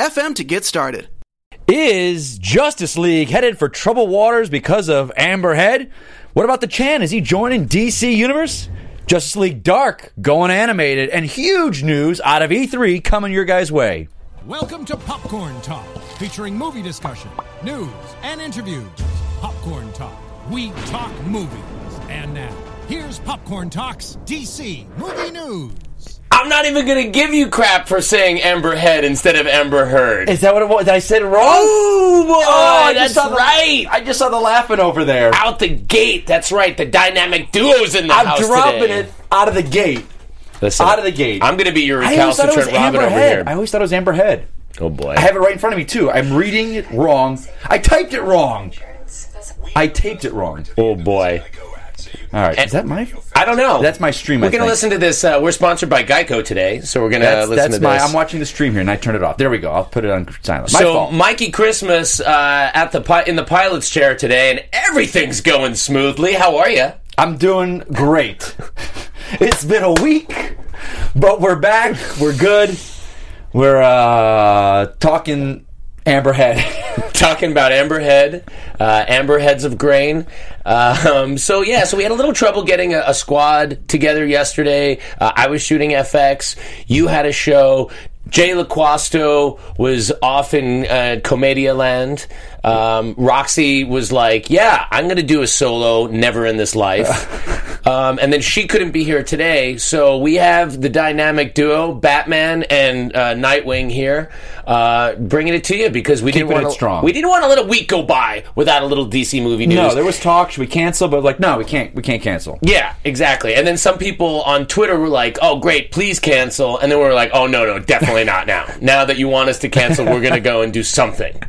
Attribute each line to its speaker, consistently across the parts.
Speaker 1: to get started.
Speaker 2: Is Justice League headed for troubled waters because of Amber Head? What about the Chan? Is he joining DC Universe? Justice League Dark going animated, and huge news out of E3 coming your guys' way.
Speaker 3: Welcome to Popcorn Talk, featuring movie discussion, news, and interviews. Popcorn Talk, we talk movies. And now, here's Popcorn Talk's DC Movie News.
Speaker 4: I'm not even gonna give you crap for saying Amber Head instead of Amber Heard.
Speaker 2: Is that what it was? Did I say it wrong?
Speaker 4: Ooh, boy,
Speaker 2: Oh, I just
Speaker 4: that's
Speaker 2: saw the-
Speaker 4: right.
Speaker 2: I just saw the laughing over there.
Speaker 4: Out the gate, that's right. The dynamic duo's in the
Speaker 2: I'm
Speaker 4: house
Speaker 2: dropping
Speaker 4: today.
Speaker 2: it out of the gate.
Speaker 4: Listen,
Speaker 2: out of the gate.
Speaker 4: I'm gonna be your
Speaker 2: I always thought it was
Speaker 4: recalcitrant Robin
Speaker 2: Amber
Speaker 4: over
Speaker 2: Head.
Speaker 4: here.
Speaker 2: I always thought it was Amber Head.
Speaker 4: oh boy.
Speaker 2: I have it right in front of me too. I'm reading it wrong. I typed it wrong. I taped it wrong.
Speaker 4: oh boy.
Speaker 2: All right, is that my?
Speaker 4: I don't know.
Speaker 2: That's my stream,
Speaker 4: We're
Speaker 2: I
Speaker 4: gonna
Speaker 2: think.
Speaker 4: listen to this. Uh, we're sponsored by Geico today, so we're gonna
Speaker 2: That's,
Speaker 4: listen
Speaker 2: that's
Speaker 4: to
Speaker 2: my.
Speaker 4: this.
Speaker 2: I'm watching the stream here, and I turned it off. There we go. I'll put it on silent. My
Speaker 4: so
Speaker 2: fault.
Speaker 4: Mikey Christmas uh, at the pi- in the pilot's chair today, and everything's going smoothly. How are you?
Speaker 2: I'm doing great. it's been a week, but we're back. We're good. We're uh, talking Amber Head.
Speaker 4: talking about amberhead, uh, amber heads of grain. Um, so yeah, so we had a little trouble getting a, a squad together yesterday. Uh, I was shooting FX. You had a show. Jay LaQuasto was off in uh, Comedia Land. Um, Roxy was like, "Yeah, I'm going to do a solo. Never in this life." um, and then she couldn't be here today, so we have the dynamic duo Batman and uh, Nightwing here, uh, bringing it to you because we didn't
Speaker 2: Keeping it
Speaker 4: want to.
Speaker 2: strong.
Speaker 4: We didn't want to let a week go by without a little DC movie news.
Speaker 2: no, there was talk. Should we cancel? But like, no, we can't. We can't cancel.
Speaker 4: yeah, exactly. And then some people on Twitter were like, "Oh, great, please cancel." And then we were like, "Oh no, no, definitely not now. Now that you want us to cancel, we're going to go and do something,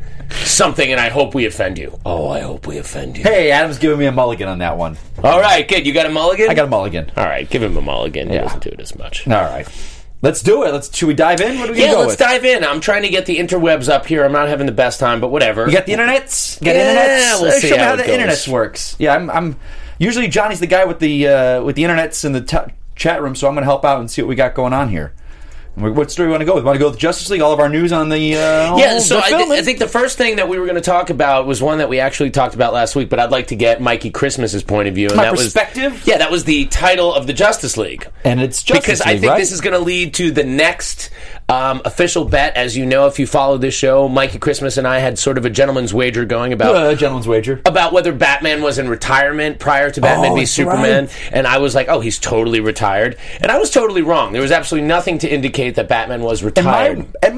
Speaker 4: something." And I hope we offend you. Oh, I hope we offend you.
Speaker 2: Hey, Adam's giving me a mulligan on that one.
Speaker 4: All right, good. You got a mulligan?
Speaker 2: I got a mulligan.
Speaker 4: All right, give him a mulligan. He
Speaker 2: Yeah.
Speaker 4: doesn't do it as much.
Speaker 2: All right, let's do it. Let's. Should we dive in? What are we
Speaker 4: Yeah,
Speaker 2: gonna go
Speaker 4: let's
Speaker 2: with?
Speaker 4: dive in. I'm trying to get the interwebs up here. I'm not having the best time, but whatever.
Speaker 2: You got the internets. You got
Speaker 4: Yeah,
Speaker 2: internets.
Speaker 4: we'll
Speaker 2: Uh,
Speaker 4: see
Speaker 2: Show me
Speaker 4: how
Speaker 2: how,
Speaker 4: it
Speaker 2: the
Speaker 4: goes.
Speaker 2: internets works. Yeah, I'm. I'm usually Johnny's the guy with the uh, with the internets in the t- chat room, so I'm going to help out and see what we got going on here. Wh- What story you want to go with? Want to go with Justice League? All of our news on the uh,
Speaker 4: Yeah,
Speaker 2: all
Speaker 4: so
Speaker 2: the
Speaker 4: I,
Speaker 2: filming?
Speaker 4: thi- I think the first thing that we were going to talk about was one that we actually talked about last week, but I'd like to get Mikey Christmas's point of view. And
Speaker 2: My
Speaker 4: that
Speaker 2: perspective?
Speaker 4: Was, yeah, that was the title of the Justice League.
Speaker 2: and it's Justice
Speaker 4: because I
Speaker 2: League,
Speaker 4: think
Speaker 2: right?
Speaker 4: this is going to lead to the next um, official bet. As you know, if you follow this show, Mikey Christmas and I had sort of a gentleman's wager going about
Speaker 2: uh, gentleman's wager.
Speaker 4: about whether Batman was in retirement prior to Batman
Speaker 2: Oh,
Speaker 4: v
Speaker 2: that's
Speaker 4: Superman,
Speaker 2: right.
Speaker 4: and I was like, "Oh, he's totally retired," and I was totally wrong. There was absolutely nothing to indicate that Batman was retired.
Speaker 2: My, and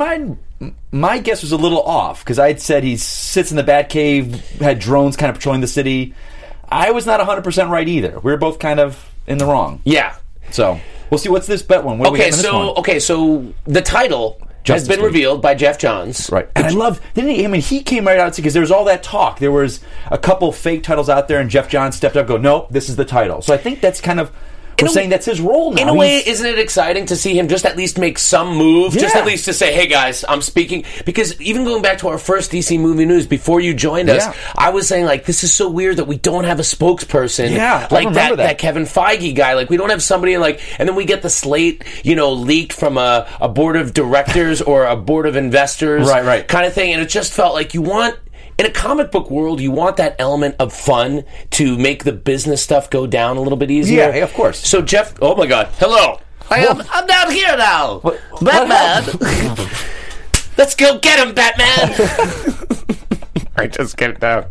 Speaker 2: my my guess was a little off because I had said he sits in the Batcave, had drones kind of patrolling the city. I was not 100 percent right either. We were both kind of in the wrong.
Speaker 4: yeah.
Speaker 2: So we'll see. What's this bet one? What do we
Speaker 4: Okay,
Speaker 2: have in this
Speaker 4: so
Speaker 2: one?
Speaker 4: okay, so the title
Speaker 2: Justice
Speaker 4: has been
Speaker 2: League.
Speaker 4: revealed by Jeff Johns.
Speaker 2: Right. And I love, didn't he? I mean, he came right out because there was all that talk. There was a couple fake titles out there, and Jeff John stepped up, and go, nope, this is the title. So I think that's kind of, we're
Speaker 4: a-
Speaker 2: saying that's his role now.
Speaker 4: In a way,
Speaker 2: He's-
Speaker 4: isn't it exciting to see him just at least make some move? Just
Speaker 2: Yeah.
Speaker 4: at least to say, hey guys, I'm speaking. Because even going back to our first DC movie news, before you joined
Speaker 2: Yeah.
Speaker 4: us, I was saying, like, this is so weird that we don't have a spokesperson.
Speaker 2: Yeah, I
Speaker 4: Like
Speaker 2: remember
Speaker 4: that, that.
Speaker 2: that.
Speaker 4: Kevin Feige guy. Like, we don't have somebody, like, and then we get the slate, you know, leaked from a, a board of directors or a board of investors.
Speaker 2: Right, right.
Speaker 4: Kind of thing. And it just felt like you want. In a comic book world, you want that element of fun to make the business stuff go down a little bit easier.
Speaker 2: Yeah, of course.
Speaker 4: So Jeff, oh my God, hello. I am, I'm down here now, Batman. Let's go get him, Batman. I just get down.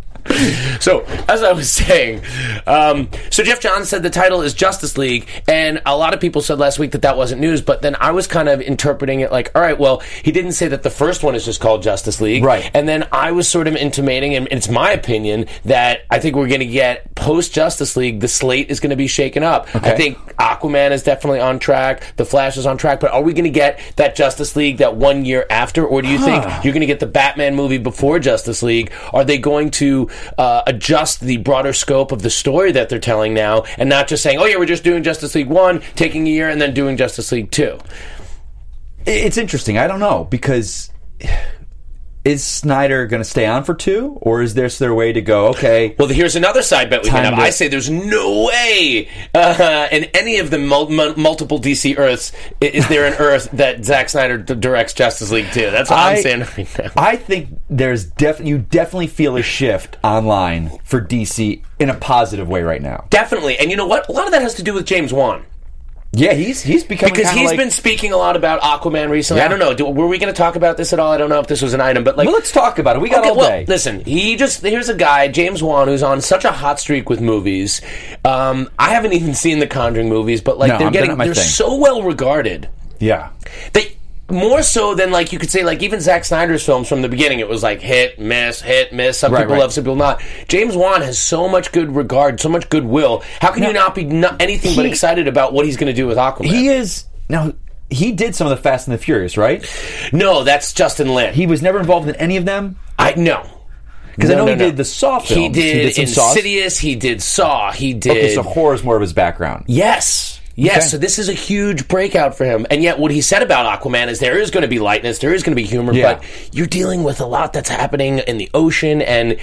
Speaker 4: So, as I was saying, um, so Jeff Johns said the title is Justice League, and a lot of people said last week that that wasn't news, but then I was kind of interpreting it like, all right, well, he didn't say that the first one is just called Justice League.
Speaker 2: Right.
Speaker 4: And then I was sort of intimating, and it's my opinion, that I think we're going to get post Justice League, the slate is going to be shaken up. I think Aquaman is definitely on track, The Flash is on track, but are we going to get that Justice League that one year after, or do you think you're going to get the Batman movie before Justice League? Are they going to uh, adjust the broader scope of the story that they're telling now, and not just saying, "Oh yeah, we're just doing Justice League one, taking a year, and then doing Justice League 2.
Speaker 2: it's interesting. I don't know because is Snyder going to stay on for two, or is this their way to go? Okay,
Speaker 4: Well, here's another side bet we
Speaker 2: Time
Speaker 4: can have.
Speaker 2: to-
Speaker 4: I say there's no way uh, in any of the mul- mul- multiple DC Earths i- is there an Earth that Zack Snyder d- directs Justice League 2. That's what I, am saying right now.
Speaker 2: I think there's definitely you definitely feel a shift online for DC in a positive way right now.
Speaker 4: Definitely. And you know what? A lot of that has to do with James Wan.
Speaker 2: Yeah, he's he's becoming
Speaker 4: Because
Speaker 2: kinda
Speaker 4: he's
Speaker 2: like-
Speaker 4: been speaking a lot about Aquaman recently.
Speaker 2: Yeah.
Speaker 4: I don't know. Do, were we going to talk about this at all? I don't know if this was an item, but like,
Speaker 2: Well, let's talk about it. We got
Speaker 4: Okay,
Speaker 2: all
Speaker 4: well,
Speaker 2: day.
Speaker 4: Listen, he just here's a guy, James Wan, who's on such a hot streak with movies. Um, I haven't even seen the Conjuring movies, but like
Speaker 2: No,
Speaker 4: they're
Speaker 2: I'm- they're
Speaker 4: getting
Speaker 2: not my
Speaker 4: they're
Speaker 2: thing.
Speaker 4: so well regarded.
Speaker 2: yeah,
Speaker 4: They more so than like you could say like even Zack Snyder's films from the beginning it was like hit miss hit miss some
Speaker 2: Right,
Speaker 4: people
Speaker 2: right.
Speaker 4: love some people not James Wan has so much good regard so much goodwill how can you not be not anything but
Speaker 2: he-
Speaker 4: excited about what he's going to do with Aquaman
Speaker 2: he is now. He did some of the Fast and the Furious, right?
Speaker 4: no that's Justin Lin
Speaker 2: He was never involved in any of them.
Speaker 4: I no
Speaker 2: Because I
Speaker 4: No,
Speaker 2: know
Speaker 4: no,
Speaker 2: he
Speaker 4: no.
Speaker 2: did the Saw films.
Speaker 4: he did,
Speaker 2: some Saws.
Speaker 4: Insidious he did Saw he did
Speaker 2: Okay, so horror is more of his background.
Speaker 4: Yes. Yes,
Speaker 2: Okay.
Speaker 4: so this is a huge breakout for him. And yet, what he said about Aquaman is there is going to be lightness, there is going to be humor,
Speaker 2: Yeah.
Speaker 4: but you're dealing with a lot that's happening in the ocean, and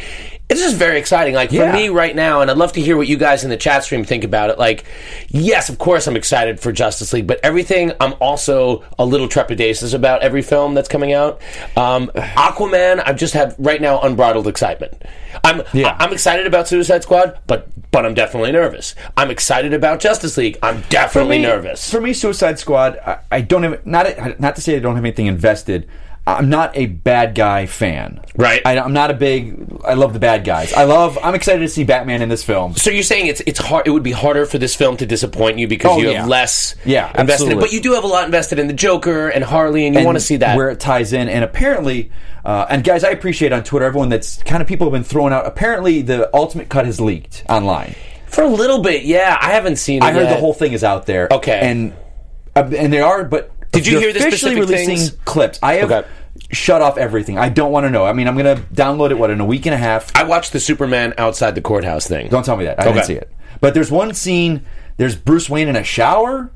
Speaker 4: it's just very exciting. Like, for
Speaker 2: Yeah.
Speaker 4: me right now, and I'd love to hear what you guys in the chat stream think about it. Like, yes, of course, I'm excited for Justice League, but everything I'm also a little trepidatious about every film that's coming out. Um, Aquaman, I've just had right now unbridled excitement. I'm,
Speaker 2: Yeah.
Speaker 4: I'm excited about Suicide Squad, but but I'm definitely nervous. I'm excited about Justice League. I'm definitely
Speaker 2: me-
Speaker 4: nervous.
Speaker 2: For me, Suicide Squad. I, I don't have not not to say I don't have anything invested. I'm not a bad guy fan,
Speaker 4: Right.
Speaker 2: I, am not a big. I love the bad guys. I love. I'm excited to see Batman in this film.
Speaker 4: so you're saying it's it's hard. It would be harder for this film to disappoint you because
Speaker 2: Oh,
Speaker 4: you
Speaker 2: yeah.
Speaker 4: have less
Speaker 2: Yeah,
Speaker 4: invested, in it.
Speaker 2: absolutely.
Speaker 4: but you do have a lot invested in the Joker and Harley, and you
Speaker 2: and
Speaker 4: want to see that.
Speaker 2: where it ties in. And apparently, uh, and guys, I appreciate on Twitter everyone that's kind of people have been throwing out. Apparently, the ultimate cut has leaked online.
Speaker 4: for a little bit. Yeah, I haven't seen. It
Speaker 2: I heard the
Speaker 4: yet.
Speaker 2: whole thing is out there.
Speaker 4: Okay.
Speaker 2: and uh, and they are. But
Speaker 4: Did you
Speaker 2: they're
Speaker 4: hear the
Speaker 2: officially
Speaker 4: specific
Speaker 2: releasing
Speaker 4: things?
Speaker 2: clips? I have
Speaker 4: Okay.
Speaker 2: shut off everything. I don't want to know. I mean, I'm going to download it. What in a week and a half?
Speaker 4: I watched the Superman outside the courthouse thing.
Speaker 2: don't tell me that. I
Speaker 4: Okay.
Speaker 2: didn't see it. But there's one scene. There's Bruce Wayne in a shower.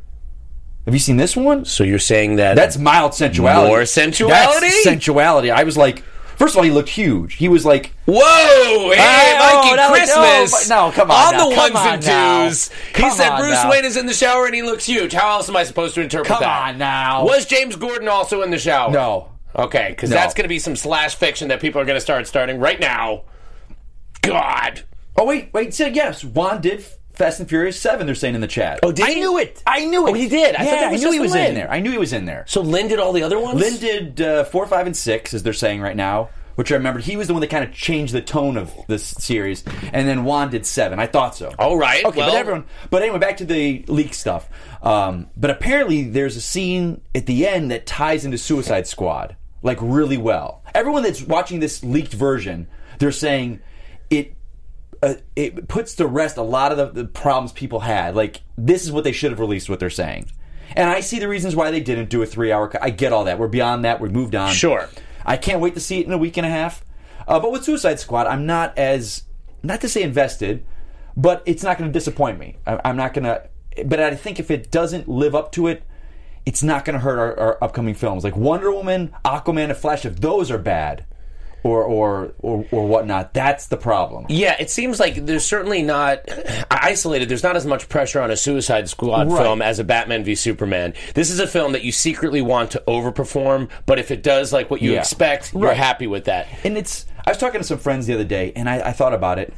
Speaker 2: Have you seen this one?
Speaker 4: so you're saying that
Speaker 2: That's mild sensuality.
Speaker 4: More sensuality?
Speaker 2: That's sensuality. I was like, first of all, he looked huge. He was like.
Speaker 4: Whoa! Hey,
Speaker 2: Hey,
Speaker 4: Mikey
Speaker 2: oh, not like-
Speaker 4: Christmas!
Speaker 2: no, but- no, come on now,
Speaker 4: the
Speaker 2: come
Speaker 4: ones and
Speaker 2: on
Speaker 4: twos.
Speaker 2: now.
Speaker 4: He
Speaker 2: Come
Speaker 4: said
Speaker 2: on
Speaker 4: Bruce
Speaker 2: now.
Speaker 4: Wayne is in the shower and he looks huge. How else am I supposed to interpret
Speaker 2: Come
Speaker 4: that?
Speaker 2: on now.
Speaker 4: Was James Gordon also in the shower?
Speaker 2: No.
Speaker 4: Okay, because
Speaker 2: No.
Speaker 4: that's going to be some slash fiction that people are going to start starting right now. God.
Speaker 2: Oh wait, wait. So yes, Juan did Fast and Furious Seven. They're saying in the chat. Oh,
Speaker 4: did
Speaker 2: I
Speaker 4: he?
Speaker 2: knew it. I knew it.
Speaker 4: Oh, he did. I
Speaker 2: yeah,
Speaker 4: thought that was
Speaker 2: I knew he
Speaker 4: Justin
Speaker 2: was
Speaker 4: Lin.
Speaker 2: in there. I knew he was in there.
Speaker 4: So Lynn did all the other ones.
Speaker 2: Lynn did uh, four, five, and six, as they're saying right now, which I remembered he was the one that kind of changed the tone of this series, and then Juan did seven. I thought so.
Speaker 4: All right,
Speaker 2: Okay,
Speaker 4: well-
Speaker 2: but everyone. But anyway, back to the leak stuff. Um, but apparently, there's a scene at the end that ties into Suicide Squad like really well. Everyone that's watching this leaked version, they're saying it. Uh, it puts to rest a lot of the, the problems people had. Like this is what they should have released. What they're saying, and I see the reasons why they didn't do a three-hour. cut. I get all that. We're beyond that. We've moved on.
Speaker 4: Sure.
Speaker 2: I can't wait to see it in a week and a half. Uh, but with Suicide Squad, I'm not as not to say invested, but it's not going to disappoint me. I, I'm not going to. But I think if it doesn't live up to it, it's not going to hurt our, our upcoming films like Wonder Woman, Aquaman, and Flash. If those are bad, or or or, or whatnot, that's the problem.
Speaker 4: Yeah, it seems like there's certainly not isolated. There's not as much pressure on a Suicide Squad
Speaker 2: Right.
Speaker 4: film as a Batman v Superman. This is a film that you secretly want to overperform, but if it does like what you
Speaker 2: Yeah.
Speaker 4: expect, you're
Speaker 2: Right.
Speaker 4: happy with that.
Speaker 2: And it's I was talking to some friends the other day, and I, I thought about it.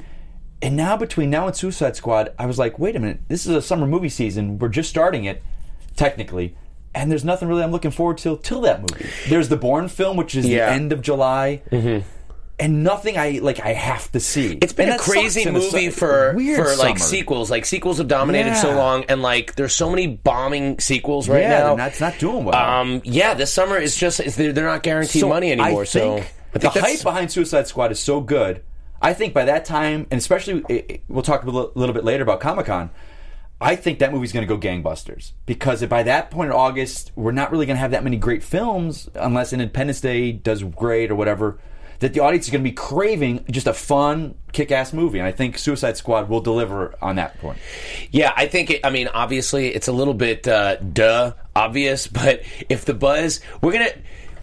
Speaker 2: And now between now and Suicide Squad, I was like, wait a minute, this is a summer movie season. We're just starting it, technically, and there's nothing really I'm looking forward to till that movie. There's the Bourne film, which is
Speaker 4: Yeah.
Speaker 2: the end of July. and nothing I like I have to see.
Speaker 4: Mm-hmm. It's been
Speaker 2: And
Speaker 4: a
Speaker 2: that
Speaker 4: crazy
Speaker 2: sucks in su-
Speaker 4: movie for
Speaker 2: weird
Speaker 4: for like
Speaker 2: summer.
Speaker 4: sequels. Like sequels have dominated so
Speaker 2: Yeah.
Speaker 4: long, and like there's so many bombing sequels right
Speaker 2: Yeah,
Speaker 4: now.
Speaker 2: and that's not doing well.
Speaker 4: Um, yeah, this summer is just it's, they're, they're not guaranteed
Speaker 2: So
Speaker 4: money anymore.
Speaker 2: I
Speaker 4: so
Speaker 2: think the
Speaker 4: that's-
Speaker 2: hype behind Suicide Squad is so good. I think by that time, and especially it- it- we'll talk a little little bit later about Comic Con. I think that movie's going to go gangbusters because if by that point in August, we're not really going to have that many great films unless Independence Day does great or whatever. That the audience is going to be craving just a fun, kick-ass movie, and I think Suicide Squad will deliver on that point.
Speaker 4: Yeah, I think. It, I mean, obviously, it's a little bit uh, duh obvious, but if the buzz, we're gonna.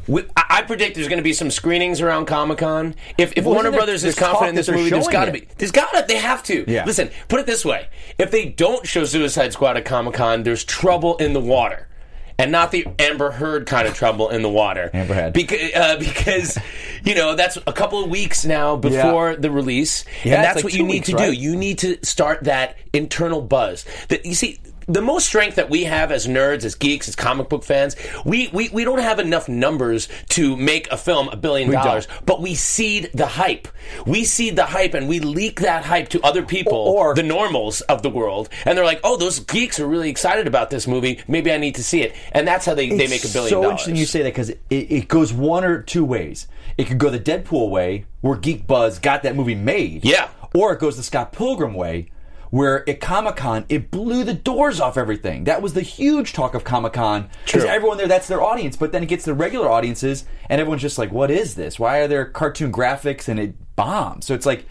Speaker 4: We, I I predict there's going to be some screenings around Comic Con. If, if
Speaker 2: Well,
Speaker 4: Warner
Speaker 2: isn't there-
Speaker 4: Brothers
Speaker 2: there's
Speaker 4: is confident in
Speaker 2: talk
Speaker 4: this
Speaker 2: that they're
Speaker 4: movie, there's
Speaker 2: showing
Speaker 4: got to
Speaker 2: it.
Speaker 4: be. There's got to. They have to.
Speaker 2: Yeah.
Speaker 4: Listen, put it this way: if they don't show Suicide Squad at Comic Con, there's trouble in the water, and not the Amber Heard kind of trouble in the water.
Speaker 2: Amber Heard.
Speaker 4: Beca- uh, because you know that's a couple of weeks now before the release,
Speaker 2: Yeah,
Speaker 4: and
Speaker 2: it's
Speaker 4: that's
Speaker 2: like
Speaker 4: what
Speaker 2: two
Speaker 4: you need
Speaker 2: weeks,
Speaker 4: to do.
Speaker 2: right?
Speaker 4: You need to start that internal buzz. That you see, the most strength that we have as nerds, as geeks, as comic book fans, we we, we don't have enough numbers to make a film a billion
Speaker 2: don't.
Speaker 4: dollars, but we seed the hype. We seed the hype and we leak that hype to other people,
Speaker 2: Or-
Speaker 4: the normals of the world, and they're like, "Oh, those geeks are really excited about this movie. Maybe I need to see it." And that's how they, they make a billion
Speaker 2: so
Speaker 4: dollars.
Speaker 2: interesting you say that because it, it goes one or two ways. It could go the Deadpool way, where Geek Buzz got that movie made.
Speaker 4: Yeah.
Speaker 2: Or it goes the Scott Pilgrim way, where at Comic Con, it blew the doors off everything. That was the huge talk of Comic Con. Because
Speaker 4: True.
Speaker 2: everyone there, that's their audience. But then it gets the regular audiences, and everyone's just like, what is this? Why are there cartoon graphics? And it bombs. So it's like,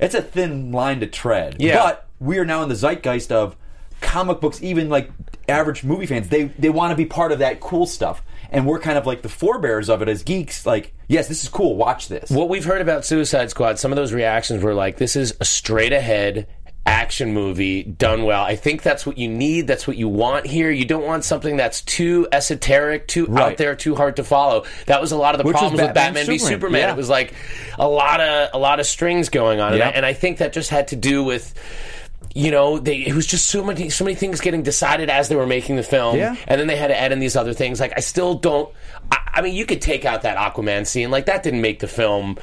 Speaker 2: it's a thin line to tread.
Speaker 4: Yeah.
Speaker 2: But we are now in the zeitgeist of comic books even like average movie fans they they want to be part of that cool stuff and we're kind of like the forebearers of it as geeks like yes this is cool watch this
Speaker 4: what we've heard about Suicide Squad, some of those reactions were like, this is a straight ahead action movie done well. I think that's what you need. That's what you want here. You don't want something that's too esoteric, too out
Speaker 2: Right.
Speaker 4: there, too hard to follow. That was a lot of the
Speaker 2: Which was
Speaker 4: problems with
Speaker 2: Batman
Speaker 4: Batman v
Speaker 2: Superman,
Speaker 4: Superman.
Speaker 2: yeah.
Speaker 4: It was like a lot of a lot of strings going on. And, I,
Speaker 2: Yep.
Speaker 4: and I think that just had to do with you know, they, it was just so many, so many things getting decided as they were making the film,
Speaker 2: Yeah.
Speaker 4: and then they had to add in these other things. Like, I still don't. I, I mean, you could take out that Aquaman scene, like that didn't make the film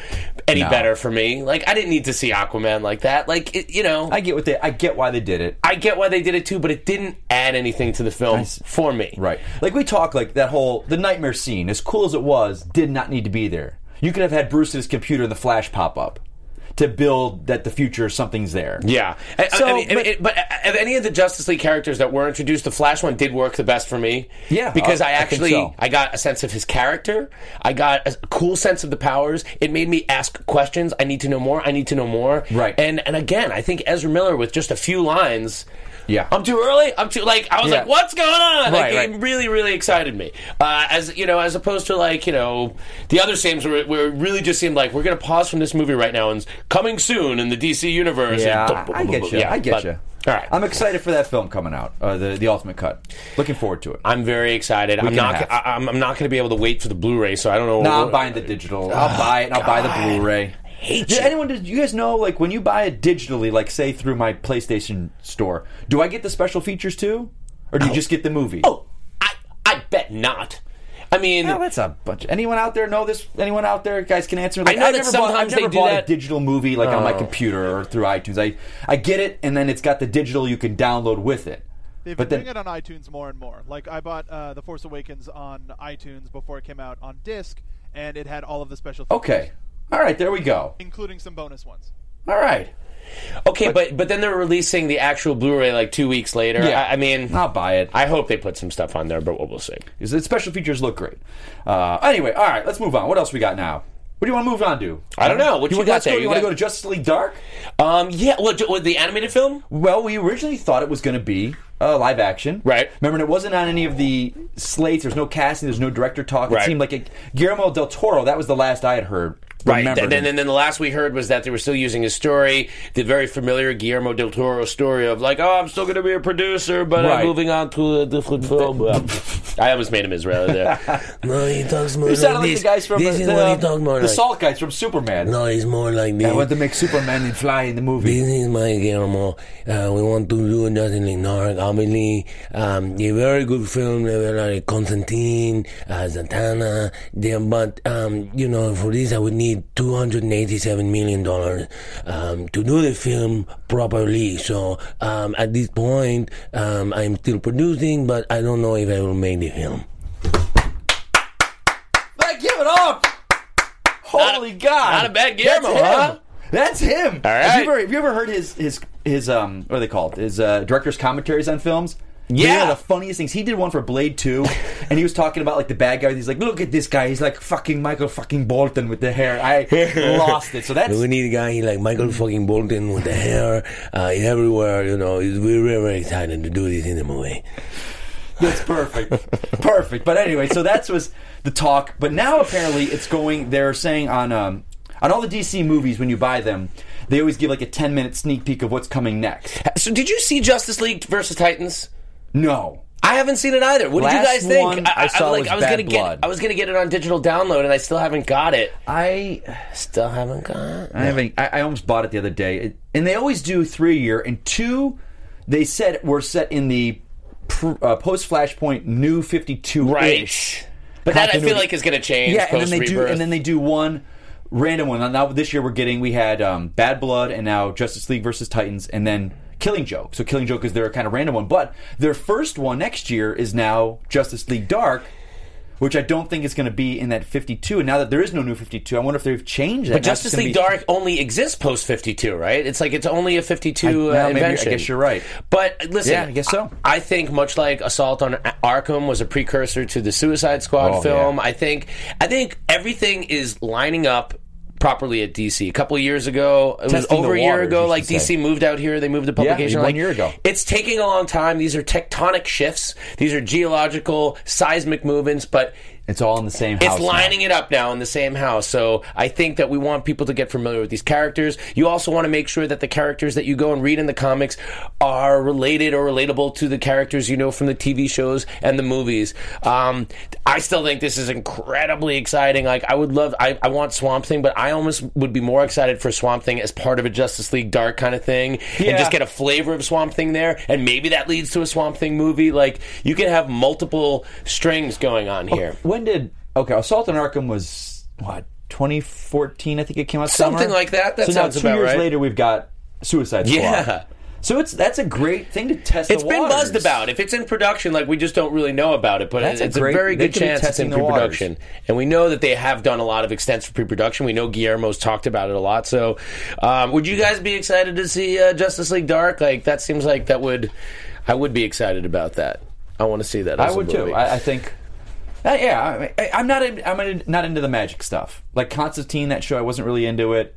Speaker 4: any
Speaker 2: No.
Speaker 4: better for me. Like, I didn't need to see Aquaman like that. Like, it, you know,
Speaker 2: i
Speaker 4: I,
Speaker 2: get what they i get why they did it
Speaker 4: get why they did it too, but it didn't add anything to the film
Speaker 2: s-
Speaker 4: for me.
Speaker 2: right like we talk like that whole the nightmare scene as cool as it was did not need to be there you could have had bruce's computer and the flash pop up to build that the future something's there
Speaker 4: Yeah, I, I-
Speaker 2: So,
Speaker 4: I mean, I mean,
Speaker 2: but-
Speaker 4: it- but, of any of the Justice League characters that were introduced, the Flash one did work the best for me.
Speaker 2: Yeah, uh,
Speaker 4: because
Speaker 2: I-
Speaker 4: I
Speaker 2: I think
Speaker 4: actually I,
Speaker 2: so.
Speaker 4: got a sense of his character. I got a cool sense of the powers. It made me ask questions. I need to know more. I need to know more.
Speaker 2: Right.
Speaker 4: And and again, I think Ezra Miller with just a few lines.
Speaker 2: Yeah.
Speaker 4: I'm too early. I'm too like I was
Speaker 2: Yeah.
Speaker 4: like, what's going on?
Speaker 2: Right,
Speaker 4: like, it
Speaker 2: right.
Speaker 4: really, really excited me. Uh, as you know, as opposed to like you know the other Sames where, where it really just seemed like we're going to pause from this movie right now and it's coming soon in the DC universe.
Speaker 2: yeah, I I get you. I get
Speaker 4: but-
Speaker 2: you.
Speaker 4: All right.
Speaker 2: I'm excited for that film coming out, uh, the the Ultimate Cut. Looking forward to it.
Speaker 4: I'm very excited. I'm
Speaker 2: and a
Speaker 4: not.
Speaker 2: half.
Speaker 4: I, I'm, I'm not going to be able to wait for the Blu-ray, so I don't know.
Speaker 2: No,
Speaker 4: what-
Speaker 2: I'm buying the digital. I'll buy it. and I'll buy the Blu-ray.
Speaker 4: hate
Speaker 2: Did
Speaker 4: you.
Speaker 2: anyone? Did you guys know? Like when you buy it digitally, like say through my PlayStation store, do I get the special features too, or do you just get the movie?
Speaker 4: Oh, I I bet not. I mean,
Speaker 2: No, that's a bunch. Anyone out there know this? Anyone out there, guys, can answer. Like,
Speaker 4: know
Speaker 2: I've
Speaker 4: that
Speaker 2: never bought, I've
Speaker 4: sometimes they
Speaker 2: never
Speaker 4: do
Speaker 2: bought
Speaker 4: that.
Speaker 2: a digital movie like on my computer or through iTunes. I I get it, and then it's got the digital you can download with it.
Speaker 5: They've
Speaker 2: but
Speaker 5: been
Speaker 2: then
Speaker 5: doing it on iTunes more and more. Like I bought uh, The Force Awakens on iTunes before it came out on disc, and it had all of the special features,
Speaker 2: okay, all right, there we go.
Speaker 5: including some bonus ones.
Speaker 2: All right,
Speaker 4: okay, but but then they're releasing the actual Blu-ray like two weeks later. I, I mean,
Speaker 2: I'll buy it.
Speaker 4: I hope they put some stuff on there, but we'll, we'll see.
Speaker 2: Is that special features look great. Uh, anyway, all right, let's move on. What else we got now? What do you want to move on to?
Speaker 4: I don't know. What you
Speaker 2: want-
Speaker 4: got
Speaker 2: let's go-
Speaker 4: there?
Speaker 2: You,
Speaker 4: You
Speaker 2: want to
Speaker 4: got-
Speaker 2: go to Justice League Dark?
Speaker 4: Um, yeah. Well, d- well, the animated film.
Speaker 2: Well, we originally thought it was going to be uh, live action.
Speaker 4: Right.
Speaker 2: Remember, and it wasn't on any of the slates. There's no casting. There's no director talk.
Speaker 4: Right.
Speaker 2: It seemed like it, Guillermo del Toro. That was the last I had heard.
Speaker 4: Right.
Speaker 2: remembered.
Speaker 4: Th- Then, then, then the last we heard was that they were still using his story, the very familiar Guillermo del Toro story of like, oh, I'm still going to be a producer, but I'm
Speaker 2: Right.
Speaker 4: moving on to a different film. Well, I almost made him Israeli there.
Speaker 6: No, he talks more
Speaker 2: You sounded like
Speaker 6: this.
Speaker 2: the guys from uh,
Speaker 6: this
Speaker 2: the,
Speaker 6: is
Speaker 2: the, um,
Speaker 6: what he talk more
Speaker 2: the
Speaker 6: like.
Speaker 2: Salt guys from Superman.
Speaker 6: No, he's more like this.
Speaker 2: I want to make Superman and fly in the
Speaker 6: This
Speaker 2: movie.
Speaker 6: is my Guillermo. Uh, we want to do nothing in dark. Obviously, um, a very good film. They were like Constantine, uh, Zatanna. They, but um, you know, for this, I would need need 287 million dollars um, to do the film properly. So um, at this point, um, I'm still producing, but I don't know if I will make the film.
Speaker 2: Like, give it up! Holy God!
Speaker 4: not a bad
Speaker 2: That's
Speaker 4: Guillermo,
Speaker 2: him.
Speaker 4: huh?
Speaker 2: That's him. All
Speaker 4: right.
Speaker 2: Have you ever, have you ever heard his his his um what are they called? His uh, director's commentaries on films.
Speaker 4: Yeah.
Speaker 2: One of the funniest things. He did one for Blade 2, and he was talking about like the bad guy. He's like, look at this guy. He's like fucking Michael fucking Bolton with the hair. I lost it. So that's
Speaker 6: We need a guy like Michael fucking Bolton with the hair uh, everywhere. You know, we're very, very excited to do this in the movie.
Speaker 2: That's perfect. perfect. But anyway, so that was the talk. But now apparently it's going, they're saying on. Um, on all the DC movies, when you buy them, they always give like a 10 minute sneak peek of what's coming next.
Speaker 4: So did you see Justice League versus Titans?
Speaker 2: No.
Speaker 4: I haven't seen it either. What
Speaker 2: Last
Speaker 4: did you guys think?
Speaker 2: one I saw was Bad
Speaker 4: gonna
Speaker 2: Blood.
Speaker 4: get I was gonna get it on digital download and I still haven't got it.
Speaker 2: I
Speaker 4: Still haven't got
Speaker 2: I, haven't, I, I almost bought it the other day. It- and they always do three a year, and two they said were set in the pr- uh, post Flashpoint new 52
Speaker 4: Right. But that I feel like is gonna change.
Speaker 2: yeah, and then they do,
Speaker 4: post-rebirth.
Speaker 2: and then they do one random one. Now this year we're getting we had um, Bad Blood and now Justice League versus Titans, and then Killing Joke. So Killing Joke is their kind of random one, but their first one next year is now Justice League Dark. Which I don't think is going to be in that 52. And now that there is no new 52, I wonder if they've changed that.
Speaker 4: But Justice League Dark only exists post 52, right? It's like it's only a 52
Speaker 2: I-
Speaker 4: uh,
Speaker 2: now maybe- I
Speaker 4: invention.
Speaker 2: guess you're right.
Speaker 4: But listen,
Speaker 2: Yeah, I guess so.
Speaker 4: I, I think much like Assault on Ar- Arkham was a precursor to the Suicide Squad
Speaker 2: Oh,
Speaker 4: film,
Speaker 2: yeah.
Speaker 4: I think I think everything is lining up properly at DC. A couple of years ago, it
Speaker 2: Testing
Speaker 4: was
Speaker 2: the
Speaker 4: over a year
Speaker 2: waters, you
Speaker 4: ago,
Speaker 2: should
Speaker 4: like
Speaker 2: say.
Speaker 4: DC moved out here, they moved the publication
Speaker 2: one
Speaker 4: like,
Speaker 2: year ago.
Speaker 4: It's taking a long time. These are tectonic shifts. These are geological seismic movements, but
Speaker 2: It's all in the same house.
Speaker 4: it's
Speaker 2: now.
Speaker 4: lining it up now in the same house. So I think that we want people to get familiar with these characters. You also want to make sure that the characters that you go and read in the comics are related or relatable to the characters you know from the TV shows and the movies. Um, I still think this is incredibly exciting. Like I would love, I, I want Swamp Thing, but I almost would be more excited for Swamp Thing as part of a Justice League Dark kind of thing, and just get a flavor of Swamp Thing there, and maybe that leads to a Swamp Thing movie. Like you can have multiple strings going on here.
Speaker 2: When did. Okay, Assault on Arkham was, what, 2014, I think it came out
Speaker 4: Something
Speaker 2: summer?
Speaker 4: like that. That
Speaker 2: so
Speaker 4: sounds
Speaker 2: now two
Speaker 4: about
Speaker 2: years
Speaker 4: right.
Speaker 2: later, we've got Suicide Squad.
Speaker 4: Yeah.
Speaker 2: So it's that's a great thing to test.
Speaker 4: It's
Speaker 2: the
Speaker 4: been
Speaker 2: waters.
Speaker 4: buzzed about. If it's in production, like we just don't really know about it, but
Speaker 2: That's a
Speaker 4: it's a,
Speaker 2: great-
Speaker 4: very
Speaker 2: they
Speaker 4: good
Speaker 2: could be
Speaker 4: chance it's
Speaker 2: testing
Speaker 4: in
Speaker 2: the waters.
Speaker 4: pre-production. And we know that they have done a lot of extensive pre-production. We know Guillermo's talked about it a lot. So, um, would you guys be excited to see uh, Justice League Dark? Like that seems like that would, I would be excited about that. I want to see that.
Speaker 2: I
Speaker 4: as a
Speaker 2: would
Speaker 4: movie.
Speaker 2: too. I, I think. Uh, yeah, I, I, am not. in- I'm in- not into the magic stuff. Like Constantine, that show, I wasn't really into it.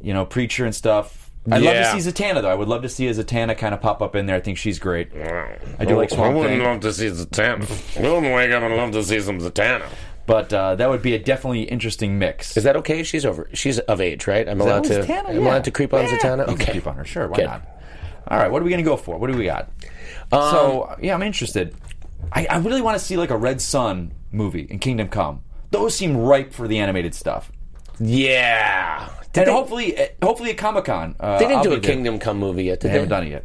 Speaker 2: You know, preacher and stuff. I'd
Speaker 4: Yeah.
Speaker 2: love to see Zatanna though. I would love to see a Zatanna kind of pop up in there. I think she's great. I
Speaker 4: Oh,
Speaker 2: do like
Speaker 7: I
Speaker 2: Swamp
Speaker 7: wouldn't
Speaker 2: Thing,
Speaker 7: love to see Zatanna. I wouldn't wake up and love to see some Zatanna.
Speaker 2: but uh, that would be a definitely interesting mix.
Speaker 4: Is that okay? She's over. She's of age, right? I'm allowed
Speaker 2: Oh,
Speaker 4: to.
Speaker 2: Zatanna,
Speaker 4: I'm
Speaker 2: yeah.
Speaker 4: allowed to creep on
Speaker 2: Yeah.
Speaker 4: Zatanna.
Speaker 2: You can
Speaker 4: Okay.
Speaker 2: creep on her. Sure, why
Speaker 4: Good.
Speaker 2: not? All right, what are we gonna go for? What do we got?
Speaker 4: Um,
Speaker 2: so yeah, I'm interested. I, I really want to see like a Red Sun movie in Kingdom Come. Those seem ripe for the animated stuff.
Speaker 4: Yeah.
Speaker 2: and
Speaker 4: they-
Speaker 2: hopefully, eh, hopefully at Comic Con. Uh,
Speaker 4: They didn't
Speaker 2: I'll
Speaker 4: do
Speaker 2: be
Speaker 4: a
Speaker 2: there.
Speaker 4: Kingdom Come movie yet, did
Speaker 2: They haven't done it yet,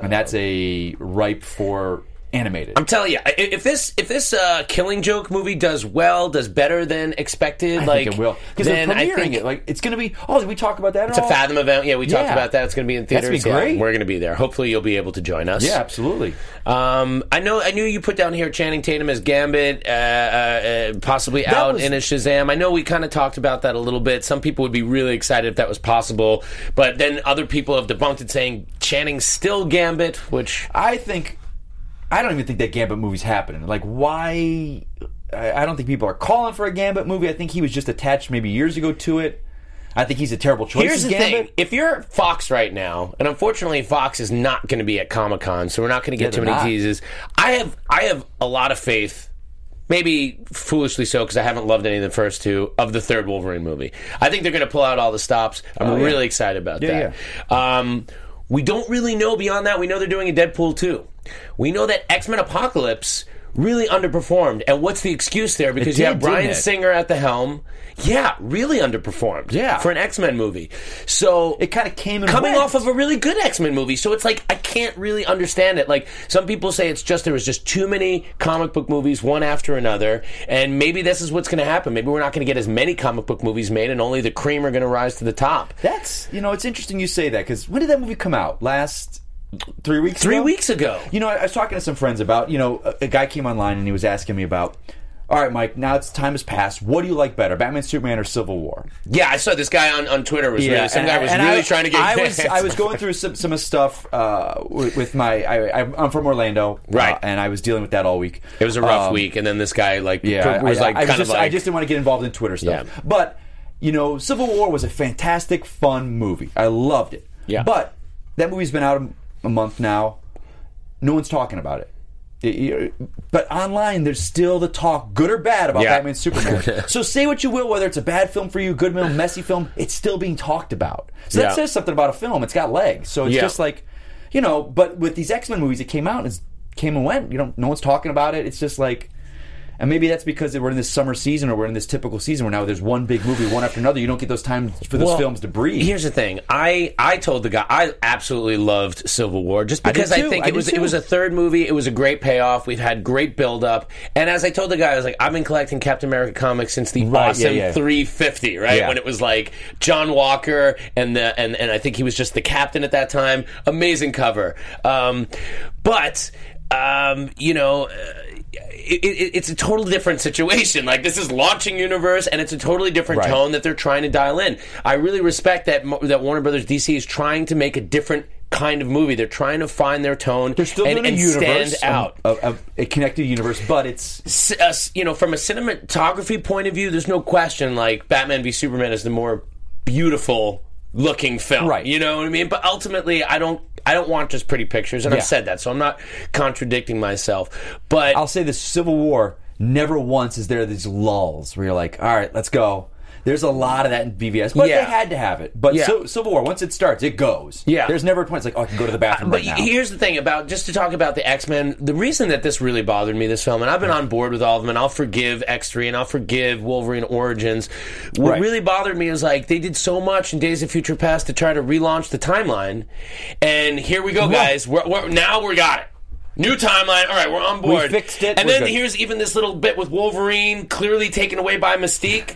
Speaker 2: and that's a ripe for animated.
Speaker 4: I'm telling you, i- if this if this uh, Killing Joke movie does well, does better than expected,
Speaker 2: I
Speaker 4: like
Speaker 2: think it will because they're
Speaker 4: then I
Speaker 2: premiering
Speaker 4: think
Speaker 2: it. Like it's gonna be. Oh, did we talk about that?
Speaker 4: it's a Fathom event. Yeah, we talked
Speaker 2: Yeah.
Speaker 4: about that. It's going to be in
Speaker 2: That's
Speaker 4: theaters.
Speaker 2: gonna be
Speaker 4: Yeah,
Speaker 2: great.
Speaker 4: we're going to be there. Hopefully, you'll be able to join us.
Speaker 2: Yeah, absolutely.
Speaker 4: Um, I know. I knew you put down here Channing Tatum as Gambit, uh, uh, uh, possibly out
Speaker 2: was-
Speaker 4: in a Shazam. I know we kind of talked about that a little bit. Some people would be really excited if that was possible, but then other people have debunked it, saying Channing's still Gambit, which
Speaker 2: I think I don't even think that Gambit movie's happening. Like, why? I I don't think people are calling for a Gambit movie. I think he was just attached maybe years ago to it. I think he's a terrible choice.
Speaker 4: Here's
Speaker 2: as
Speaker 4: the
Speaker 2: Gambit.
Speaker 4: thing: if you're Fox right now, and unfortunately Fox is not going to be at Comic Con, so we're not going to get
Speaker 2: Yeah,
Speaker 4: too
Speaker 2: they're
Speaker 4: many
Speaker 2: not.
Speaker 4: teases. I have I have a lot of faith. Maybe foolishly so, because I haven't loved any of the first two of the third Wolverine movie. I think they're going to pull out all the stops. I'm
Speaker 2: Oh, yeah.
Speaker 4: really excited about
Speaker 2: Yeah,
Speaker 4: that. Um, we don't really know beyond that. We know they're doing a Deadpool 2. We know that X Men Apocalypse really underperformed. And what's the excuse there? Because you
Speaker 2: did,
Speaker 4: have Brian
Speaker 2: didn't it?
Speaker 4: Singer at the helm. Yeah, really underperformed.
Speaker 2: Yeah.
Speaker 4: for an X Men movie. So
Speaker 2: It kinda came and
Speaker 4: coming
Speaker 2: went.
Speaker 4: off of a really good X Men movie. So it's like I can't really understand it. Like some people say, it's just there was just too many comic book movies one after another, and maybe this is what's going to happen. Maybe we're not going to get as many comic book movies made, and only the cream are going to rise to the top.
Speaker 2: That's you know, it's interesting you say that because when did that movie come out? Last three weeks.
Speaker 4: Three
Speaker 2: ago?
Speaker 4: weeks ago.
Speaker 2: You know, I, I was talking to some friends about you know a, a guy came online and he was asking me about. All right, Mike. Now it's time has passed. What do you like better, Batman, Superman, or Civil War?
Speaker 4: Yeah, I saw this guy on, on Twitter was really some guy was really trying to get.
Speaker 2: I was I
Speaker 4: fans.
Speaker 2: was going through some some stuff uh, with, with my. I, I'm- I'm from Orlando,
Speaker 4: Right.
Speaker 2: uh, and I was dealing with that all week.
Speaker 4: It was a rough
Speaker 2: Um,
Speaker 4: week, and then this guy like
Speaker 2: Yeah,
Speaker 4: was
Speaker 2: I,
Speaker 4: like
Speaker 2: I was
Speaker 4: kind
Speaker 2: just,
Speaker 4: of like
Speaker 2: I just didn't want to get involved in Twitter stuff.
Speaker 4: Yeah.
Speaker 2: But you know, Civil War was a fantastic, fun movie. I loved it.
Speaker 4: Yeah.
Speaker 2: But that movie's been out a, a month now. No one's talking about it. It- it- But online, there's still the talk, good or bad, about
Speaker 4: Yeah.
Speaker 2: Batman Superman. so say what you will, whether it's a bad film for you, good film, messy film, it's still being talked about. So that
Speaker 4: Yeah.
Speaker 2: says something about a film. It's got legs. So it's
Speaker 4: Yeah.
Speaker 2: just like, you know. But with these X Men movies, it came out and it's, came and went. You don't. No one's talking about it. It's just like, and maybe that's because we're in this summer season or we're in this typical season where now there's one big movie, one after another. You don't get those times for those
Speaker 4: Well,
Speaker 2: films to breathe.
Speaker 4: Here's the thing. I, I told the guy I absolutely loved Civil War just because I,
Speaker 2: too.
Speaker 4: think
Speaker 2: I
Speaker 4: it
Speaker 2: did
Speaker 4: was
Speaker 2: too.
Speaker 4: it was a third movie. It was a great payoff. We've had great build up. And as I told the guy, I was like, I've been collecting Captain America comics since the
Speaker 2: Right, yeah,
Speaker 4: awesome
Speaker 2: yeah.
Speaker 4: 350, right?
Speaker 2: Yeah.
Speaker 4: When it was like John Walker and the and, and I think he was just the captain at that time. Amazing cover. Um, but um, you know. Uh, it, it, it's a totally different situation. Like this is launching universe, and it's a totally different
Speaker 2: Right.
Speaker 4: tone that they're trying to dial in. I really respect that Mo- that Warner Brothers DC is trying to make a different kind of movie. They're trying to find their tone
Speaker 2: They're still
Speaker 4: and,
Speaker 2: doing a
Speaker 4: and
Speaker 2: universe, Oh,
Speaker 4: stand out.
Speaker 2: a, a- a connected universe, but it's
Speaker 4: S- uh, s- you know, from a cinematography point of view, there's no question. Like Batman v Superman is the more beautiful looking film,
Speaker 2: Right.
Speaker 4: You know what I mean? But ultimately, I don't. I don't want just pretty pictures, and
Speaker 2: Yeah.
Speaker 4: I've said that, so I'm not contradicting myself. But
Speaker 2: I'll say this: Civil War. Never once is there these lulls where you're like, all right, let's go. There's a lot of that in BVS, but
Speaker 4: Yeah.
Speaker 2: they had to have it. But
Speaker 4: Yeah.
Speaker 2: so, Civil War, once it starts, it goes.
Speaker 4: Yeah.
Speaker 2: There's never a point it's like, oh, I can go to the bathroom
Speaker 4: But
Speaker 2: right now.
Speaker 4: here's the thing about just to talk about the X Men. The reason that this really bothered me, this film, and I've been on board with all of them, and I'll forgive X three and I'll forgive Wolverine Origins. What
Speaker 2: Right.
Speaker 4: really bothered me is like they did so much in Days of Future Past to try to relaunch the timeline, and here we go, guys. We're, we're, now we got it. New timeline. All right, we're on board.
Speaker 2: fixed it.
Speaker 4: And
Speaker 2: We're
Speaker 4: then
Speaker 2: good.
Speaker 4: here's even this little bit with Wolverine clearly taken away by Mystique.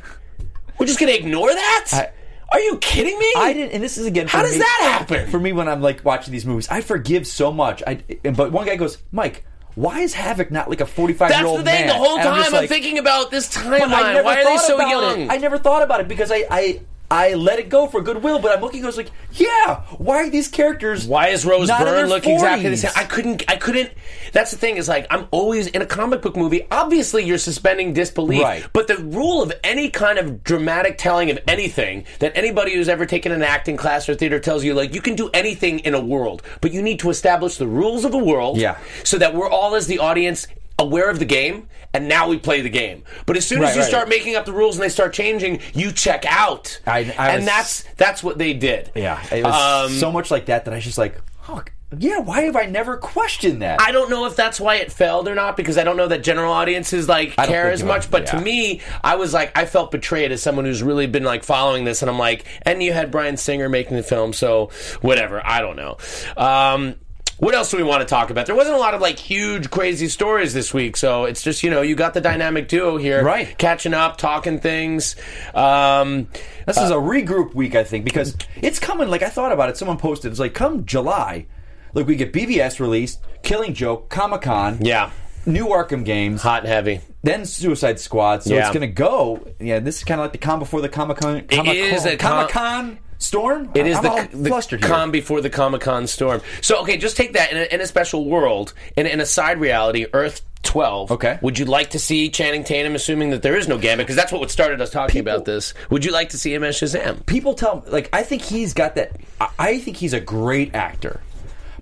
Speaker 4: We're just gonna ignore that. Are you kidding me?
Speaker 2: I didn't, and this is again. For
Speaker 4: How does
Speaker 2: me-
Speaker 4: that happen?
Speaker 2: For me, when I'm like watching these movies, I forgive so much. I, and, but one guy goes, Mike, why is Havoc not like a 45
Speaker 4: That's
Speaker 2: year old
Speaker 4: the thing.
Speaker 2: Man?
Speaker 4: The whole
Speaker 2: And
Speaker 4: time I'm,
Speaker 2: just like,
Speaker 4: thinking about this
Speaker 2: "But I
Speaker 4: timeline.
Speaker 2: never
Speaker 4: Why are they
Speaker 2: thought
Speaker 4: so
Speaker 2: about
Speaker 4: young?
Speaker 2: it. I never thought about it because I, I, I let it go for goodwill. But I'm looking, I was like, yeah. Why are these characters?
Speaker 4: Why is Rose
Speaker 2: not in their
Speaker 4: Byrne look
Speaker 2: 40s?
Speaker 4: exactly the same? I couldn't. I couldn't. That's the thing. Is like I'm always in a comic book movie. Obviously, you're suspending disbelief.
Speaker 2: Right.
Speaker 4: But the rule of any kind of dramatic telling of anything that anybody who's ever taken an acting class or theater tells you, like you can do anything in a world, but you need to establish the rules of the world.
Speaker 2: Yeah.
Speaker 4: So that we're all as the audience. Aware of the game, and now we play the game. But as soon
Speaker 2: Right,
Speaker 4: as you
Speaker 2: right.
Speaker 4: start making up the rules and they start changing, you check out.
Speaker 2: I- I
Speaker 4: and
Speaker 2: was-
Speaker 4: that's that's what they did.
Speaker 2: Yeah, it was
Speaker 4: Um,
Speaker 2: so much like that that I was just like, oh, yeah. Why have I never questioned that?
Speaker 4: I don't know if that's why it failed or not because I don't know that general audiences like
Speaker 2: don't
Speaker 4: care
Speaker 2: think
Speaker 4: as
Speaker 2: it
Speaker 4: much.
Speaker 2: would,
Speaker 4: But
Speaker 2: yeah.
Speaker 4: to me, I was like, I felt betrayed as someone who's really been like following this, and I'm like, and you had Brian Singer making the film, so whatever. I don't know. Um, what else do we want to talk about? There wasn't a lot of like huge crazy stories this week, so it's just you know you got the dynamic duo here,
Speaker 2: Right.
Speaker 4: Catching up, talking things. Um,
Speaker 2: This is a regroup week, I think, because it's coming. Like I thought about it. Someone posted it's like come July, like we get BVS released, Killing Joke, Comic Con,
Speaker 4: yeah,
Speaker 2: new Arkham games,
Speaker 4: hot and heavy.
Speaker 2: then Suicide Squad. So
Speaker 4: Yeah.
Speaker 2: it's gonna go. Yeah, this is kind of like the con before the Comic Con.
Speaker 4: is a con-
Speaker 2: Comic Con storm.
Speaker 4: It is
Speaker 2: I'm all
Speaker 4: the, the
Speaker 2: flustered here.
Speaker 4: calm before the Comic Con storm. So, okay, just take that in a, in a special world, in, in a side reality, Earth 12.
Speaker 2: Okay.
Speaker 4: Would you like to see Channing Tatum, assuming that there is no Gambit, because that's what started us talking about this? Would you like to see him as Shazam?
Speaker 2: People tell like I think he's got that. I, I think he's a great actor,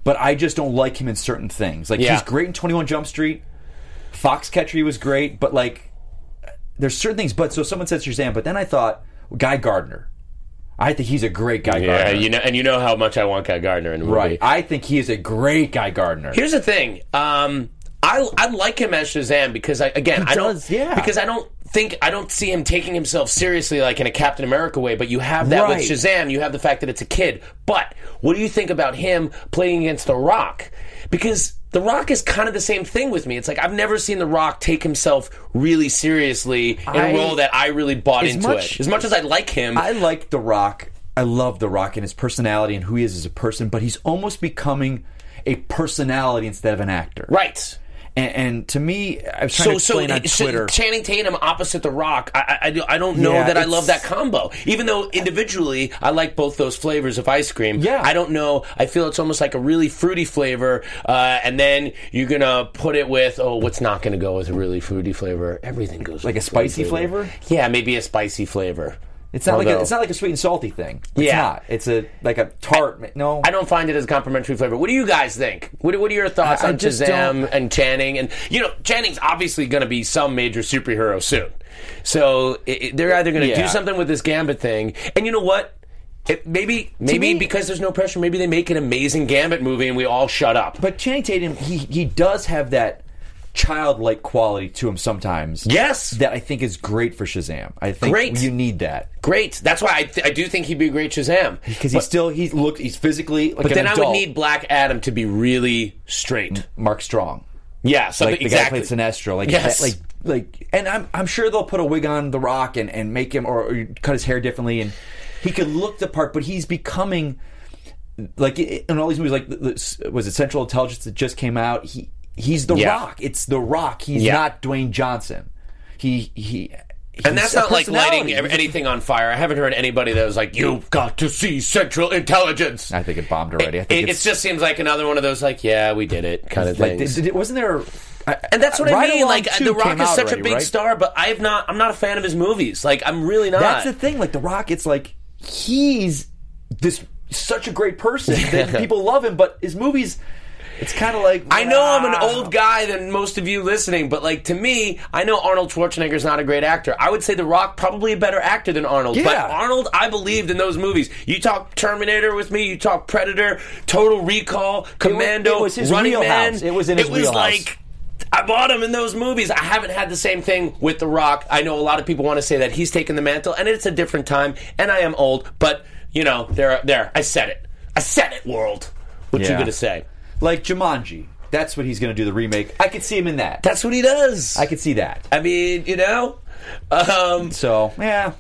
Speaker 2: but I just don't like him in certain things. Like
Speaker 4: Yeah.
Speaker 2: he's great in Twenty One Jump Street, Foxcatcher he was great, but like there's certain things. But so someone says Shazam, but then I thought Guy Gardner. I think he's a great Guy Gardner.
Speaker 4: know, and Uh, you know how much I want Guy Gardner in the movie.
Speaker 2: right. I think he is a great Guy Gardner.
Speaker 4: Here's the thing. Um, I I I like him as Shazam because I again I
Speaker 2: does,
Speaker 4: don't
Speaker 2: yeah.
Speaker 4: because I don't think I don't see him taking himself seriously like in a Captain America way. But you have that
Speaker 2: Right.
Speaker 4: with Shazam. You have the fact that it's a kid. But what do you think about him playing against The Rock? Because The Rock is kind of the same thing with me. It's like I've never seen The Rock take himself really seriously in
Speaker 2: I-
Speaker 4: a role that I really bought
Speaker 2: As
Speaker 4: into
Speaker 2: much-
Speaker 4: it. As much as I like him,
Speaker 2: I like The Rock. I love The Rock and his personality and who he is as a person, but he's almost becoming a personality instead of an actor.
Speaker 4: right.
Speaker 2: And, and to me, I was trying to explain on
Speaker 4: it- so
Speaker 2: Twitter.
Speaker 4: Channing Tatum opposite The Rock. I- I, I, do- I don't know
Speaker 2: Yeah,
Speaker 4: that I
Speaker 2: it's-
Speaker 4: love that combo. Even though individually I like both those flavors of ice cream.
Speaker 2: Yeah.
Speaker 4: I don't know. I feel it's almost like a really fruity flavor, uh, and then you're gonna put it with oh, what's not gonna go with a really fruity flavor? Everything goes
Speaker 2: Like
Speaker 4: with
Speaker 2: a spicy flavor?
Speaker 4: Yeah, maybe a spicy flavor.
Speaker 2: It's not like a,
Speaker 4: Although-
Speaker 2: it's not like a sweet and salty thing. It's
Speaker 4: Yeah.
Speaker 2: not. It's a like a tart. no,
Speaker 4: I don't find it as a complimentary flavor. What do you guys think? What, what are your thoughts
Speaker 2: I- I
Speaker 4: on
Speaker 2: just
Speaker 4: Shazam
Speaker 2: don't-
Speaker 4: and Channing? And you know, Channing's obviously going to be some major superhero soon. So it, it- they're either going to
Speaker 2: Yeah.
Speaker 4: do something with this Gambit thing, and you know what? It, maybe, maybe
Speaker 2: me-
Speaker 4: because there's no pressure, maybe they make an amazing Gambit movie and we all shut up.
Speaker 2: But Channing Tatum, he he does have that childlike quality to him sometimes.
Speaker 4: Yes.
Speaker 2: that I think is great for Shazam. I think
Speaker 4: Great.
Speaker 2: you need that
Speaker 4: great. That's why I, th- I do think he'd be a great Shazam.
Speaker 2: because he still he looked he's physically like
Speaker 4: But
Speaker 2: an
Speaker 4: then I
Speaker 2: adult.
Speaker 4: would need Black Adam to be really straight.
Speaker 2: Mark Strong,
Speaker 4: Yeah, something
Speaker 2: like the
Speaker 4: exactly.
Speaker 2: guy who played Sinestro, like
Speaker 4: Yes.
Speaker 2: that- like like. And I'm I'm sure they'll put a wig on The Rock and and make him or, or cut his hair differently and he could look the part, but he's becoming like i- in all these movies. Like the- the, was it Central Intelligence that just came out? He he's The
Speaker 4: Yeah.
Speaker 2: Rock. It's The Rock. He's
Speaker 4: Yeah.
Speaker 2: not Dwayne Johnson. He he.
Speaker 4: And that's not like lighting ev- anything on fire. I haven't heard anybody that was like, "You've got to see Central Intelligence."
Speaker 2: I think it bombed already. I
Speaker 4: It,
Speaker 2: think
Speaker 4: it just seems like another one of those, like, "Yeah, we did it" kind of
Speaker 2: like
Speaker 4: thing.
Speaker 2: did, did- wasn't there. I-
Speaker 4: and that's what
Speaker 2: Ride
Speaker 4: I mean.
Speaker 2: Along
Speaker 4: Like, uh,
Speaker 2: 2
Speaker 4: The Rock
Speaker 2: came
Speaker 4: is
Speaker 2: out
Speaker 4: such
Speaker 2: already,
Speaker 4: a big
Speaker 2: right?
Speaker 4: star, but I've not. I'm not a fan of his movies. Like, I'm really not.
Speaker 2: That's the thing. Like the Rock, it's like he's this such a great person that people love him, but his movies, it's kind of like
Speaker 4: I know I'm an
Speaker 2: ah.
Speaker 4: old guy than most of you listening, but like to me, I know Arnold Schwarzenegger's not a great actor. I would say The Rock probably a better actor than Arnold. But
Speaker 2: Yeah.
Speaker 4: Arnold, I believed in those movies. You talk Terminator with me, you talk Predator, Total Recall, Commando,
Speaker 2: it was his
Speaker 4: Running
Speaker 2: wheelhouse.
Speaker 4: Man.
Speaker 2: It was in his
Speaker 4: It was
Speaker 2: wheelhouse.
Speaker 4: like I bought him in those movies. I haven't had the same thing with The Rock. I know a lot of people want to say that he's taken the mantle, and it's a different time. And I am old, but you know, there, there. I said it. I said it. World. What you
Speaker 2: Yeah.
Speaker 4: gonna say?
Speaker 2: Like Jumanji. That's what he's going to do the remake. I could see him in that.
Speaker 4: That's what he does.
Speaker 2: I could see that.
Speaker 4: I mean, you know. Um,
Speaker 2: So yeah,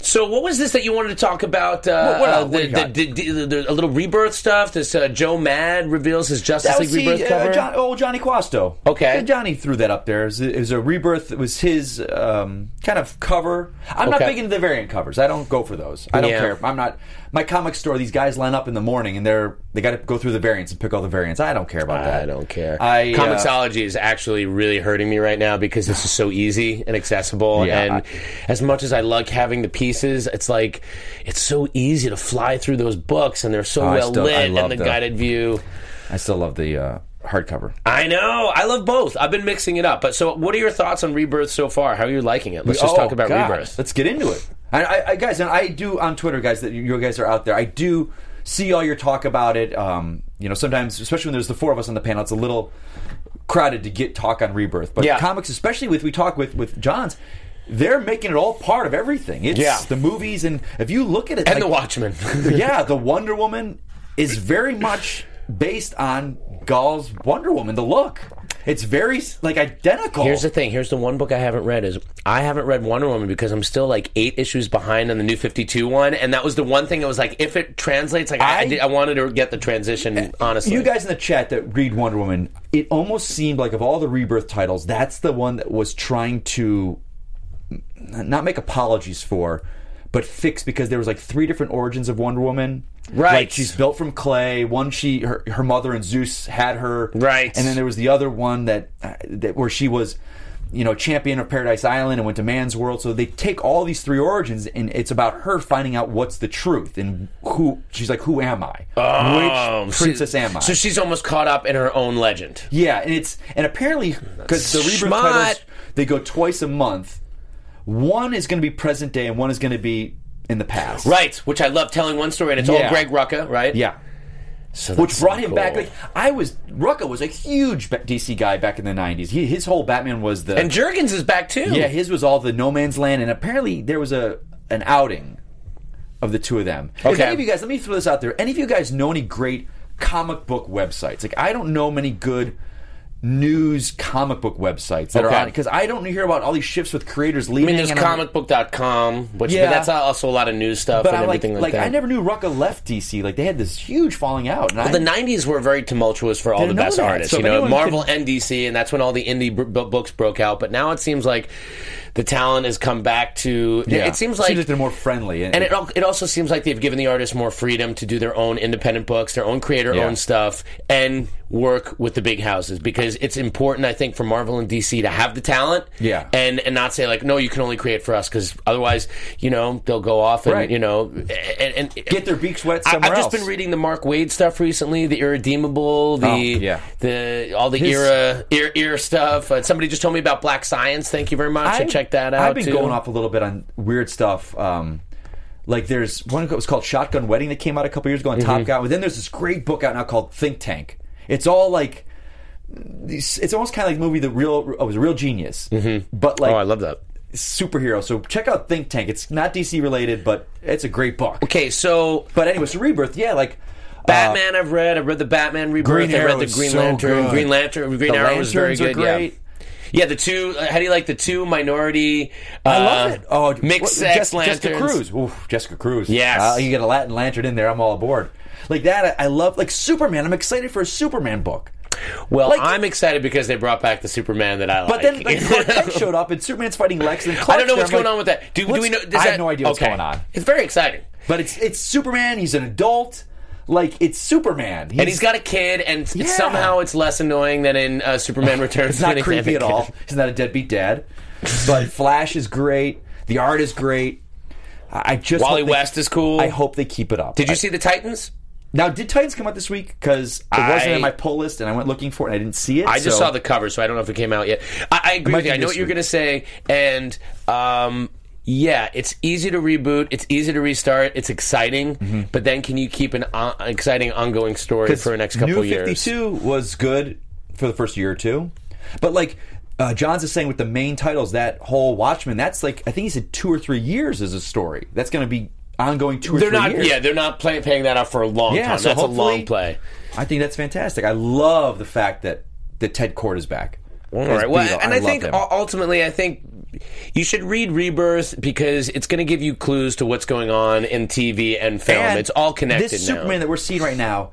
Speaker 4: so, what was this that you wanted to talk about? Uh,
Speaker 2: What- what-
Speaker 4: uh,
Speaker 2: what
Speaker 4: the,
Speaker 2: do you got?
Speaker 4: the, the, the, the- a little rebirth stuff. This uh, Joe Mad reveals his Justice
Speaker 2: that
Speaker 4: League
Speaker 2: was
Speaker 4: rebirth
Speaker 2: the,
Speaker 4: cover.
Speaker 2: uh, John, old Johnny Quasto.
Speaker 4: Okay.
Speaker 2: Yeah, Johnny threw that up there. It was, it was a rebirth. It was his um, kind of cover. I'm not
Speaker 4: Okay.
Speaker 2: big into the variant covers. I don't go for those. I don't
Speaker 4: Yeah.
Speaker 2: care. I'm not. My comic store. These guys line up in the morning and they're they got to go through the variants and pick all the variants. I don't care about that.
Speaker 4: I don't care.
Speaker 2: I, uh,
Speaker 4: Comixology is actually really hurting me right now because this is so easy and accessible.
Speaker 2: Yeah,
Speaker 4: and
Speaker 2: I-
Speaker 4: as much as I like having the pieces, it's like it's so easy to fly through those books, and they're so
Speaker 2: Oh, I
Speaker 4: well
Speaker 2: still- I
Speaker 4: lit
Speaker 2: love
Speaker 4: and the
Speaker 2: the-
Speaker 4: guided view.
Speaker 2: I still love the uh, hardcover.
Speaker 4: I know. I love both. I've been mixing it up. But so, what are your thoughts on Rebirth so far? How are you liking it? Let's just
Speaker 2: Oh,
Speaker 4: talk about
Speaker 2: God.
Speaker 4: Rebirth.
Speaker 2: Let's get into it. And I, I, guys, and I do on Twitter, guys, that you guys are out there. I do see all your talk about it. Um, you know, sometimes, especially when there's the four of us on the panel, it's a little crowded to get talk on Rebirth. But
Speaker 4: Yeah.
Speaker 2: comics, especially with we talk with with Johns, they're making it all part of everything. It's
Speaker 4: Yeah.
Speaker 2: the movies, and if you look at it,
Speaker 4: And
Speaker 2: like-
Speaker 4: the Watchmen.
Speaker 2: yeah, the Wonder Woman is very much based on Gall's Wonder Woman. The look, it's very like identical.
Speaker 4: Here's the thing. Here's the one book I haven't read is I haven't read Wonder Woman because I'm still like eight issues behind on the new 52 one, and that was the one thing I was like, if it translates, like I I,
Speaker 2: I- Eh,
Speaker 4: did- I wanted to get the transition. Honestly,
Speaker 2: You guys in the chat that read Wonder Woman, it almost seemed like of all the rebirth titles, that's the one that was trying to n- not make apologies for, but fix because there was like three different origins of Wonder Woman.
Speaker 4: Right.
Speaker 2: Like she's built from clay. One she her, her mother and Zeus had her.
Speaker 4: Right.
Speaker 2: And then there was the other one that uh, that where she was you know, champion of Paradise Island and went to Man's World. So they take all these three origins, and it's about her finding out what's the truth and who she's like. Who am I?
Speaker 4: Oh,
Speaker 2: Which
Speaker 4: so-
Speaker 2: princess am I?
Speaker 4: So she's almost caught up in her own legend.
Speaker 2: Yeah, and it's and apparently because the rebirth
Speaker 4: Schmott.
Speaker 2: titles they go twice a month. One is going to be present day, and one is going to be in the past.
Speaker 4: Right, which I love telling one story, and it's all
Speaker 2: Yeah.
Speaker 4: Greg Rucka, right?
Speaker 2: Yeah.
Speaker 4: So
Speaker 2: which
Speaker 4: that's
Speaker 2: brought
Speaker 4: so
Speaker 2: him back.
Speaker 4: cool.
Speaker 2: Like I was, Rucka was a huge ba- DC guy back in the '90s. He, his whole Batman was the
Speaker 4: And Jurgens is back too.
Speaker 2: yeah, his was all the no man's land, and apparently there was a an outing of the two of them. If
Speaker 4: Okay.
Speaker 2: any of you guys, let me throw this out there. Any of you guys know any great comic book websites? Like I don't know many good news comic book websites that
Speaker 4: Okay.
Speaker 2: are on because I don't hear about all these shifts with creators
Speaker 4: I
Speaker 2: leaving.
Speaker 4: mean, there's
Speaker 2: and I'm-
Speaker 4: comicbook.com, which
Speaker 2: Yeah.
Speaker 4: but that's also a lot of news stuff
Speaker 2: But
Speaker 4: and
Speaker 2: I like,
Speaker 4: everything
Speaker 2: like,
Speaker 4: like, that.
Speaker 2: I never knew Rucka left DC. Like they had this huge falling out. And I,
Speaker 4: Well, the '90s were very tumultuous for all
Speaker 2: Didn't
Speaker 4: the
Speaker 2: know
Speaker 4: best
Speaker 2: that.
Speaker 4: artists.
Speaker 2: So
Speaker 4: you
Speaker 2: if
Speaker 4: know,
Speaker 2: anyone
Speaker 4: Marvel
Speaker 2: could-
Speaker 4: and DC, and that's when all the indie b- b- books broke out. But now it seems like the talent has come back to.
Speaker 2: yeah.
Speaker 4: It seems like.
Speaker 2: they're more friendly.
Speaker 4: and it, al- it also seems like they've given the artists more freedom to do their own independent books, their own creator
Speaker 2: Yeah.
Speaker 4: own stuff, and work with the big houses because it's important, I think, for Marvel and DC to have the talent,
Speaker 2: Yeah.
Speaker 4: and and not say like, no, you can only create for us because otherwise, you know, they'll go off and
Speaker 2: Right.
Speaker 4: you know, and, and
Speaker 2: get their beaks wet
Speaker 4: I,
Speaker 2: somewhere
Speaker 4: have just
Speaker 2: else.
Speaker 4: been reading the Mark Wade stuff recently, the irredeemable, the
Speaker 2: Oh, yeah.
Speaker 4: the all the
Speaker 2: His-
Speaker 4: era era era stuff. Uh, somebody just told me about Black Science. Thank you very much. I,
Speaker 2: I've-
Speaker 4: checked that out.
Speaker 2: I've been
Speaker 4: too.
Speaker 2: going off a little bit on weird stuff. Um, like there's one that was called Shotgun Wedding that came out a couple years ago
Speaker 4: Mm-hmm.
Speaker 2: on Top Gun. But then there's this great book out now called Think Tank. It's all like these- it's almost kind of like the movie The Real oh, it was a Real Genius, mm-hmm. but like
Speaker 4: Oh, I love that.
Speaker 2: superhero. So check out Think Tank. It's not DC related, but it's a great book.
Speaker 4: Okay, so
Speaker 2: But anyway, so Rebirth, yeah, like uh,
Speaker 4: Batman, I've read. I read the Batman Rebirth.
Speaker 2: Green
Speaker 4: I
Speaker 2: Arrow
Speaker 4: read the
Speaker 2: is
Speaker 4: Green
Speaker 2: so
Speaker 4: Lantern.
Speaker 2: good.
Speaker 4: Green Lantern. Green
Speaker 2: The
Speaker 4: Arrow was very
Speaker 2: lanterns are
Speaker 4: good. yeah.
Speaker 2: great.
Speaker 4: Yeah, the two. uh, how do you like the two minority? Uh,
Speaker 2: I love it. Oh,
Speaker 4: mixed
Speaker 2: what-
Speaker 4: sex
Speaker 2: Jes-
Speaker 4: lanterns.
Speaker 2: Jessica Cruz. Oof, Jessica Cruz.
Speaker 4: Yes.
Speaker 2: Uh, you get a Latin lantern in there. I'm all aboard. Like that, I, I love. Like Superman. I'm excited for a Superman book.
Speaker 4: Well,
Speaker 2: Like-
Speaker 4: I'm excited because they brought back the Superman that I like.
Speaker 2: But then like, Clark Kent showed up, and Superman's fighting Lex. And Clark's
Speaker 4: I don't know what's
Speaker 2: there. I'm
Speaker 4: going on with
Speaker 2: like,
Speaker 4: that. Do, do
Speaker 2: what's-
Speaker 4: we know? does
Speaker 2: I
Speaker 4: that-
Speaker 2: have no idea what's
Speaker 4: okay.
Speaker 2: going on.
Speaker 4: It's very exciting.
Speaker 2: But it's it's Superman. He's an adult. Like it's Superman.
Speaker 4: and he's got a kid, and s-
Speaker 2: Yeah.
Speaker 4: somehow it's less annoying than in uh, Superman Returns.
Speaker 2: It's not
Speaker 4: when he had
Speaker 2: creepy
Speaker 4: the
Speaker 2: at all.
Speaker 4: kid.
Speaker 2: He's not a deadbeat dad. But Flash is great. The art is great. I I just
Speaker 4: Wally
Speaker 2: hope they-
Speaker 4: West is cool.
Speaker 2: I hope they keep it up.
Speaker 4: Did you
Speaker 2: I-
Speaker 4: see the Titans?
Speaker 2: Now, did Titans come out this week? Because it wasn't
Speaker 4: I-
Speaker 2: in my pull list, and I went looking for it, and I didn't see it.
Speaker 4: I just
Speaker 2: so-
Speaker 4: saw the cover, so I don't know if it came out yet. I, I agree
Speaker 2: might
Speaker 4: with you.
Speaker 2: be
Speaker 4: I know
Speaker 2: this
Speaker 4: what you're
Speaker 2: week.
Speaker 4: going to say, and um, yeah, it's easy to reboot. It's easy to restart. It's exciting,
Speaker 2: Mm-hmm.
Speaker 4: but then can you keep an on- exciting ongoing story
Speaker 2: 'Cause
Speaker 4: for the next couple
Speaker 2: New
Speaker 4: years?
Speaker 2: 52 was good for the first year or two, but like uh, John's is saying with the main titles, that whole Watchmen, that's like I think he said two or three years as a story. That's going to be ongoing two or
Speaker 4: They're
Speaker 2: three
Speaker 4: not.
Speaker 2: years.
Speaker 4: Yeah, they're not play, paying that off for a long
Speaker 2: Yeah,
Speaker 4: time.
Speaker 2: so
Speaker 4: That's a long
Speaker 2: hopefully-
Speaker 4: play.
Speaker 2: I think that's fantastic. I love the fact that that Ted Cord is back.
Speaker 4: All right. Well, and I,
Speaker 2: love
Speaker 4: think
Speaker 2: him.
Speaker 4: u- ultimately, I think you should read Rebirth because it's going to give you clues to what's going on in TV and film.
Speaker 2: And
Speaker 4: it's all connected
Speaker 2: This
Speaker 4: now.
Speaker 2: Superman that we're seeing right now,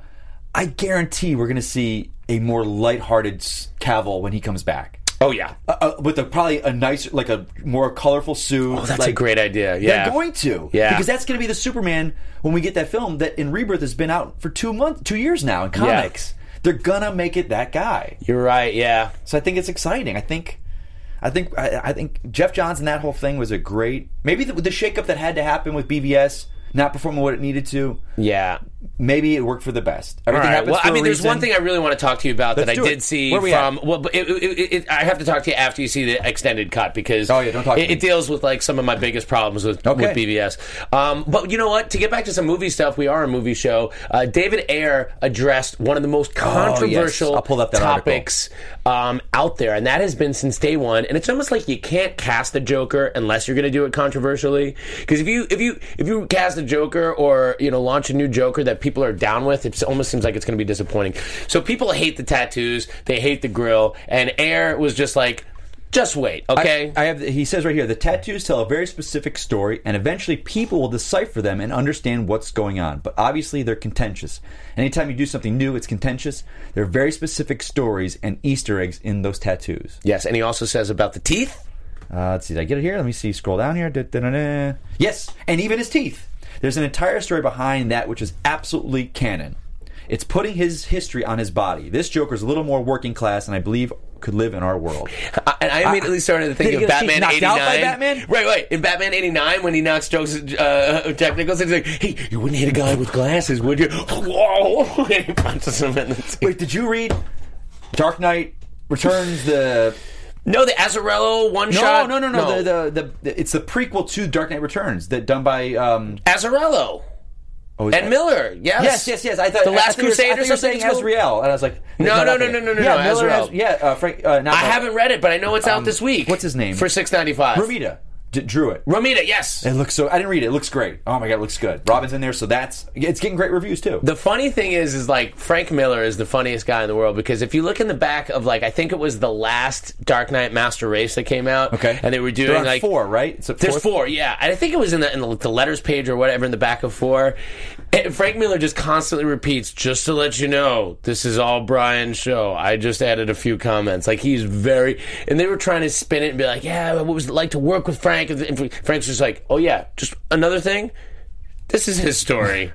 Speaker 2: I guarantee we're going to see a more lighthearted s- Cavill when he comes back.
Speaker 4: oh yeah,
Speaker 2: uh, with a probably a nicer, like a more colorful suit.
Speaker 4: Oh, that's
Speaker 2: like,
Speaker 4: a great idea. Yeah,
Speaker 2: They're going to,
Speaker 4: Yeah.
Speaker 2: because that's going to be the Superman when we get that film that in Rebirth has been out for two months, two years now in comics. They're gonna make it that guy,
Speaker 4: You're right. Yeah.
Speaker 2: so I think it's exciting. I think, I think, I, I think Jeff Johns and that whole thing was a great. Maybe the, the shakeup that had to happen with BVS not performing what it needed to.
Speaker 4: Yeah.
Speaker 2: Maybe it worked for the best.
Speaker 4: All
Speaker 2: Everything
Speaker 4: right.
Speaker 2: happens
Speaker 4: Well,
Speaker 2: for
Speaker 4: I
Speaker 2: a
Speaker 4: mean, there's one
Speaker 2: reason.
Speaker 4: thing I really want to talk to you about
Speaker 2: Let's
Speaker 4: that I
Speaker 2: do it.
Speaker 4: did see
Speaker 2: Where we
Speaker 4: from.
Speaker 2: at?
Speaker 4: Well, but it, it, it, it, I have to talk to you after you see the extended cut because
Speaker 2: Oh, yeah, don't talk to
Speaker 4: it,
Speaker 2: me.
Speaker 4: it deals with like some of my biggest problems with,
Speaker 2: Okay.
Speaker 4: with BBS. Um, but you know what? To get back to some movie stuff, we are a movie show. Uh, David Ayer addressed one of the most controversial
Speaker 2: Oh, I'll pull up that article.
Speaker 4: topics um, out there, and that has been since day one. And it's almost like you can't cast the Joker unless you're going to do it controversially. Because if you if you if you cast a Joker or you know launch a new Joker that people are down with, it almost seems like it's going to be disappointing. So people hate the tattoos, they hate the grill, and Air was just like, just wait, okay.
Speaker 2: I have. He says right here, the tattoos tell a very specific story, and eventually people will decipher them and understand what's going on. But obviously, they're contentious. Anytime you do something new, it's contentious. There are very specific stories and Easter eggs in those tattoos.
Speaker 4: yes, and he also says about the teeth.
Speaker 2: Uh, let's see. Did I get it here? Let me see. Scroll down here. Da-da-da-da. Yes, and even his teeth. There's an entire story behind that, which is absolutely canon. It's putting his history on his body. This Joker's a little more working class, and I believe could live in our world.
Speaker 4: I, and I immediately started to think
Speaker 2: Did he
Speaker 4: of
Speaker 2: get his teeth
Speaker 4: Batman
Speaker 2: knocked
Speaker 4: '89.
Speaker 2: out by Batman?
Speaker 4: Right, right. In Batman '89, when he knocks Joe's, uh, Jack Nicholson, he's like, "Hey, you wouldn't hit a guy with glasses, would you?" Whoa! and he punches him in the teeth.
Speaker 2: Wait, did you read Dark Knight Returns? The
Speaker 4: No, the Azarello one
Speaker 2: no,
Speaker 4: shot.
Speaker 2: no, no, no, The, the, the, it's the prequel to Dark Knight Returns that done by um,
Speaker 4: Azarello.
Speaker 2: Oh, is
Speaker 4: and
Speaker 2: that-
Speaker 4: Miller. Yes.
Speaker 2: Yes, yes, yes. I thought
Speaker 4: the
Speaker 2: I
Speaker 4: Last
Speaker 2: thought you were- I
Speaker 4: Crusade
Speaker 2: thought
Speaker 4: or
Speaker 2: you were
Speaker 4: something.
Speaker 2: saying
Speaker 4: it's called?
Speaker 2: Azrael, and I was like,
Speaker 4: No,
Speaker 2: there's
Speaker 4: no,
Speaker 2: not
Speaker 4: no,
Speaker 2: that.
Speaker 4: no, no, no,
Speaker 2: yeah,
Speaker 4: no,
Speaker 2: Miller
Speaker 4: Azrael.
Speaker 2: has- yeah, uh, Frank. Uh, not
Speaker 4: I
Speaker 2: Frank.
Speaker 4: haven't read it, but I know it's out this week.
Speaker 2: what's his name?
Speaker 4: for six ninety five?
Speaker 2: Ramita. D- drew it.
Speaker 4: Ramita. Yes.
Speaker 2: It looks so. I didn't read it. It looks great. Oh my god, it looks good. Robin's in there, so that's it's getting great reviews too.
Speaker 4: The funny thing is, is like Frank Miller is the funniest guy in the world because if you look in the back of like I think it was the last Dark Knight Master Race that came out,
Speaker 2: okay,
Speaker 4: and they were doing
Speaker 2: They're on
Speaker 4: like
Speaker 2: four, right? It's a
Speaker 4: There's
Speaker 2: fourth-
Speaker 4: four, yeah. And I think it was in the, in the the letters page or whatever in the back of four. And Frank Miller just constantly repeats, just to let you know, this is all Brian's show. I just added a few comments. Like, he's very. And they were trying to spin it and be like, yeah, what was it like to work with Frank? And Frank's just like, oh, yeah, just another thing. This is his story.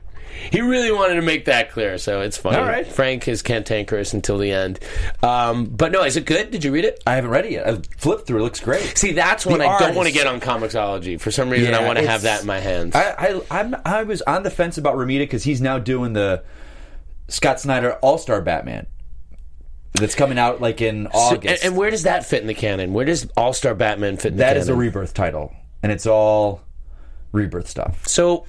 Speaker 4: he really wanted to make that clear, so it's funny.
Speaker 2: All right.
Speaker 4: Frank is cantankerous until the end. Um, but no, is it good? Did you read it?
Speaker 2: I haven't read it yet. I flipped through. It looks great.
Speaker 4: See, that's when
Speaker 2: The
Speaker 4: I don't
Speaker 2: artist-
Speaker 4: want to get on Comixology. For some reason, I
Speaker 2: Yeah,
Speaker 4: want to
Speaker 2: it's-
Speaker 4: have that in my hands.
Speaker 2: I I, I'm, I was on the fence about Ramita because he's now doing the Scott Snyder All Star Batman that's coming out like in
Speaker 4: So-
Speaker 2: August.
Speaker 4: and, and where does that fit in the canon? Where does All Star Batman fit in the
Speaker 2: that
Speaker 4: canon?
Speaker 2: is a rebirth title, and it's all rebirth stuff.
Speaker 4: so,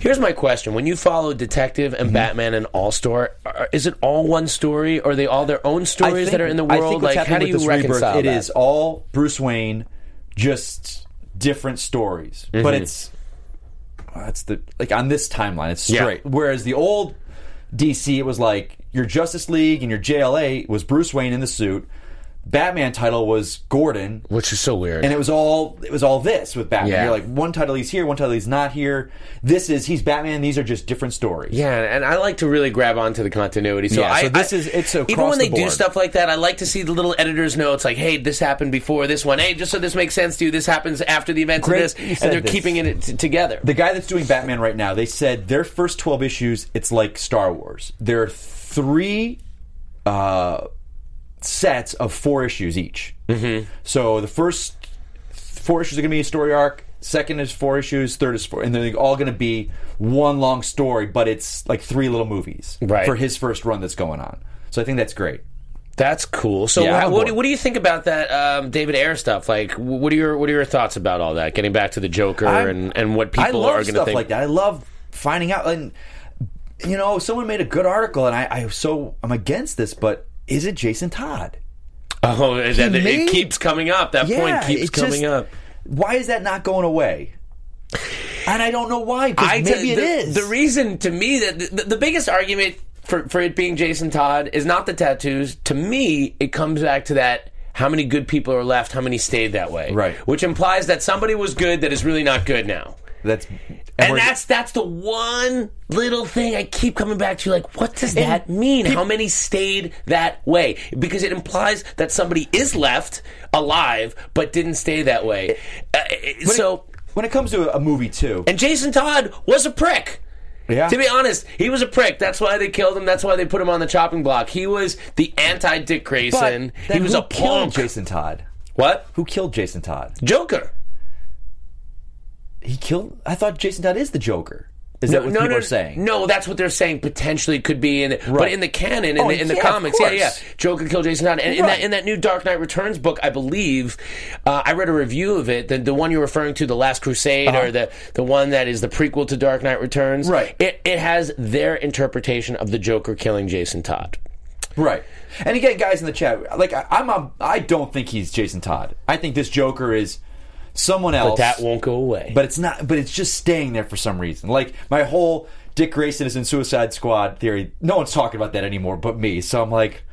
Speaker 4: here's my question: When you follow Detective and Batman and All Star, are- is it all one story, or are they all their own
Speaker 2: I
Speaker 4: stories
Speaker 2: think-
Speaker 4: that are in the
Speaker 2: I think
Speaker 4: world?
Speaker 2: what's
Speaker 4: Like, how do
Speaker 2: happening with this
Speaker 4: you
Speaker 2: rebirth,
Speaker 4: reconcile
Speaker 2: It
Speaker 4: that?
Speaker 2: is all Bruce Wayne, just different stories, but
Speaker 4: Mm-hmm.
Speaker 2: it's well, that's the like on this timeline. It's
Speaker 4: Yeah.
Speaker 2: straight. Whereas the old DC, it was like your Justice League and your JLA was Bruce Wayne in the suit. Batman title was Gordon,
Speaker 4: which is so weird.
Speaker 2: and it was all it was all this with Batman.
Speaker 4: Yeah.
Speaker 2: You're like one title he's here, one title he's not here. This is he's Batman. These are just different stories.
Speaker 4: Yeah, and I like to really grab onto the continuity. So,
Speaker 2: Yeah,
Speaker 4: I,
Speaker 2: so this
Speaker 4: I-
Speaker 2: is- it's
Speaker 4: even
Speaker 2: across
Speaker 4: when
Speaker 2: the
Speaker 4: they do
Speaker 2: board.
Speaker 4: stuff like that, I like to see the little editor's notes, like, "Hey, this happened before this one. Hey, just so this makes sense to you, this happens after the events
Speaker 2: Great
Speaker 4: of
Speaker 2: you
Speaker 4: this, and
Speaker 2: said
Speaker 4: they're
Speaker 2: this.
Speaker 4: keeping it t- together."
Speaker 2: the guy that's doing Batman right now, they said their first 12 issues, it's like Star Wars. There are three uh, sets of four issues each. Mm-hmm. So the first four issues are going to be a story arc. Second is four issues. Third is four, and they're all going to be one long story, but it's like three little movies
Speaker 4: Right.
Speaker 2: for his first run that's going on. So I think that's great.
Speaker 4: That's cool. So,
Speaker 2: Yeah,
Speaker 4: how-
Speaker 2: I'm
Speaker 4: what,
Speaker 2: bored.
Speaker 4: do, what do you think about that um, David Ayer stuff? Like, wh- what are your what are your thoughts about all that? Getting back to the Joker
Speaker 2: I'm-
Speaker 4: and, and what people
Speaker 2: I love
Speaker 4: are going to
Speaker 2: stuff
Speaker 4: think.
Speaker 2: like that. I love finding out and you know someone made a good article and I, I so I'm against this, but is it Jason Todd?
Speaker 4: Oh, and then it,
Speaker 2: made-
Speaker 4: keeps coming up. That point keeps
Speaker 2: it just-
Speaker 4: coming up.
Speaker 2: Why is that not going away? And I don't know why.
Speaker 4: I
Speaker 2: Because
Speaker 4: t-
Speaker 2: maybe it
Speaker 4: the,
Speaker 2: is.
Speaker 4: The reason to me that the, the biggest argument for, for it being Jason Todd is not the tattoos. To me, it comes back to that how many good people are left, how many stayed that way.
Speaker 2: Right.
Speaker 4: Which implies that somebody was good that is really not good now.
Speaker 2: that's
Speaker 4: And
Speaker 2: we're-
Speaker 4: that's that's the one little thing I keep coming back to. Like, what does that mean? How many stayed that way? Because it implies that somebody is left alive but didn't stay that way. Uh,
Speaker 2: when it-
Speaker 4: so,
Speaker 2: when it comes to a, a movie too.
Speaker 4: and Jason Todd was a prick.
Speaker 2: yeah.
Speaker 4: To be honest, he was a prick. That's why they killed him. That's why they put him on the chopping block. He was the anti Dick
Speaker 2: But
Speaker 4: Grayson.
Speaker 2: then
Speaker 4: He was
Speaker 2: who
Speaker 4: a
Speaker 2: killed
Speaker 4: punk.
Speaker 2: Jason Todd.
Speaker 4: What?
Speaker 2: Who killed Jason Todd?
Speaker 4: Joker.
Speaker 2: He killed. I thought Jason Todd is the Joker. Is that what people are saying?
Speaker 4: No, that's what they're saying. Potentially could be in, but
Speaker 2: Right.
Speaker 4: in the canon, in,
Speaker 2: Oh,
Speaker 4: the, in the
Speaker 2: yeah, of
Speaker 4: comics, yeah, yeah,
Speaker 2: course.
Speaker 4: Joker killed Jason Todd, and in that
Speaker 2: Right.
Speaker 4: in that new Dark Knight Returns book, I believe, uh, I read a review of it, the, the one you're referring to, the Last Crusade, or the the one that is the prequel to Dark Knight Returns.
Speaker 2: Uh-huh. Right.
Speaker 4: It it has their interpretation of the Joker killing Jason Todd.
Speaker 2: Right. And again, guys in the chat, like I, I'm, a, I don't think he's Jason Todd. I think this Joker is someone else.
Speaker 4: But that won't go away.
Speaker 2: But it's not. But it's just staying there for some reason. Like my whole Dick Grayson is in Suicide Squad theory. No one's talking about that anymore, but me. So I'm like,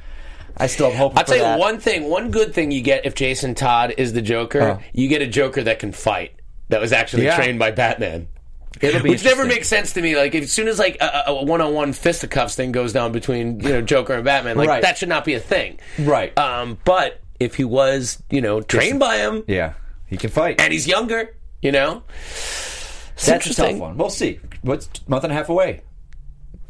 Speaker 2: I still have hope.
Speaker 4: I'll tell you one thing. One good thing you get if Jason Todd is the Joker,
Speaker 2: Uh.
Speaker 4: you get a Joker that can fight. That was actually
Speaker 2: Yeah.
Speaker 4: trained by Batman.
Speaker 2: It'll be
Speaker 4: Which never
Speaker 2: interesting.
Speaker 4: makes sense to me. Like as soon as like a- a one on one fisticuffs thing goes down between you know Joker and Batman, like
Speaker 2: Right.
Speaker 4: that should not be a thing.
Speaker 2: Right.
Speaker 4: Um, but if he was you know trained by him
Speaker 2: yeah, he can fight.
Speaker 4: and he's younger, you know, It's
Speaker 2: That's a tough
Speaker 4: interesting.
Speaker 2: one. We'll see. What's month and a half away?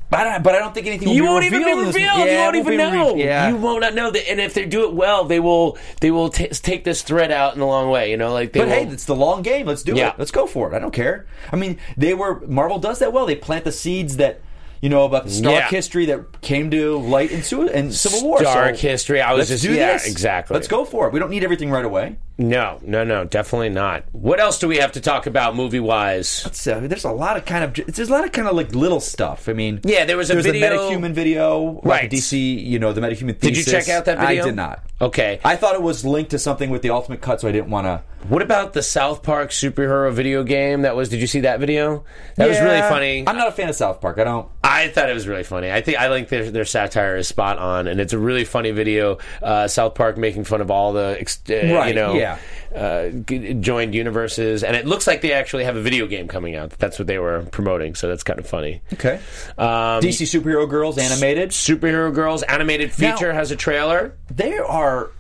Speaker 2: But I, but I don't think anything. Will
Speaker 4: you
Speaker 2: be
Speaker 4: won't even be
Speaker 2: revealed in this-
Speaker 4: revealed.
Speaker 2: Yeah,
Speaker 4: you
Speaker 2: it
Speaker 4: won't even
Speaker 2: won't be
Speaker 4: know.
Speaker 2: re- yeah.
Speaker 4: You will not know. That, and if they do it well, they will they will t- take this thread out in the long way. You know, like they
Speaker 2: But hey,
Speaker 4: will-
Speaker 2: it's the long game. Let's do
Speaker 4: Yeah.
Speaker 2: it. Let's go for it. I don't care. I mean, they were Marvel does that well. They plant the seeds that you know, about the Stark
Speaker 4: Yeah.
Speaker 2: history that came to light in, Su- in Civil War.
Speaker 4: Stark
Speaker 2: So
Speaker 4: history. I was
Speaker 2: let's
Speaker 4: just-
Speaker 2: do
Speaker 4: yeah,
Speaker 2: this.
Speaker 4: exactly.
Speaker 2: Let's go for it. We don't need everything right away.
Speaker 4: No, no, no, definitely not. What else do we have to talk about movie wise?
Speaker 2: So there's a lot of kind of there's a lot of kind of like little stuff. I mean,
Speaker 4: Yeah, there was a
Speaker 2: there's
Speaker 4: video-
Speaker 2: the metahuman video, about
Speaker 4: Right.
Speaker 2: The DC, you know, the metahuman.
Speaker 4: Did you
Speaker 2: Thesis.
Speaker 4: check out that video?
Speaker 2: I did not.
Speaker 4: Okay.
Speaker 2: I thought it was linked to something with the Ultimate Cut, so I didn't want to.
Speaker 4: What about the South Park superhero video game? That was. Did you see that video? That was really funny.
Speaker 2: I'm not a fan of South Park. I don't.
Speaker 4: I thought it was really funny. I think I think their, their satire is spot on, and it's a really funny video. Uh, South Park making fun of all the ex- uh, you
Speaker 2: Right,
Speaker 4: know
Speaker 2: yeah.
Speaker 4: uh, g- joined universes, and it looks like they actually have a video game coming out. That's what they were promoting, so that's kind of funny.
Speaker 2: Okay.
Speaker 4: Um,
Speaker 2: DC superhero girls animated.
Speaker 4: Superhero Girls animated feature
Speaker 2: Now-
Speaker 4: has a trailer.
Speaker 2: There are.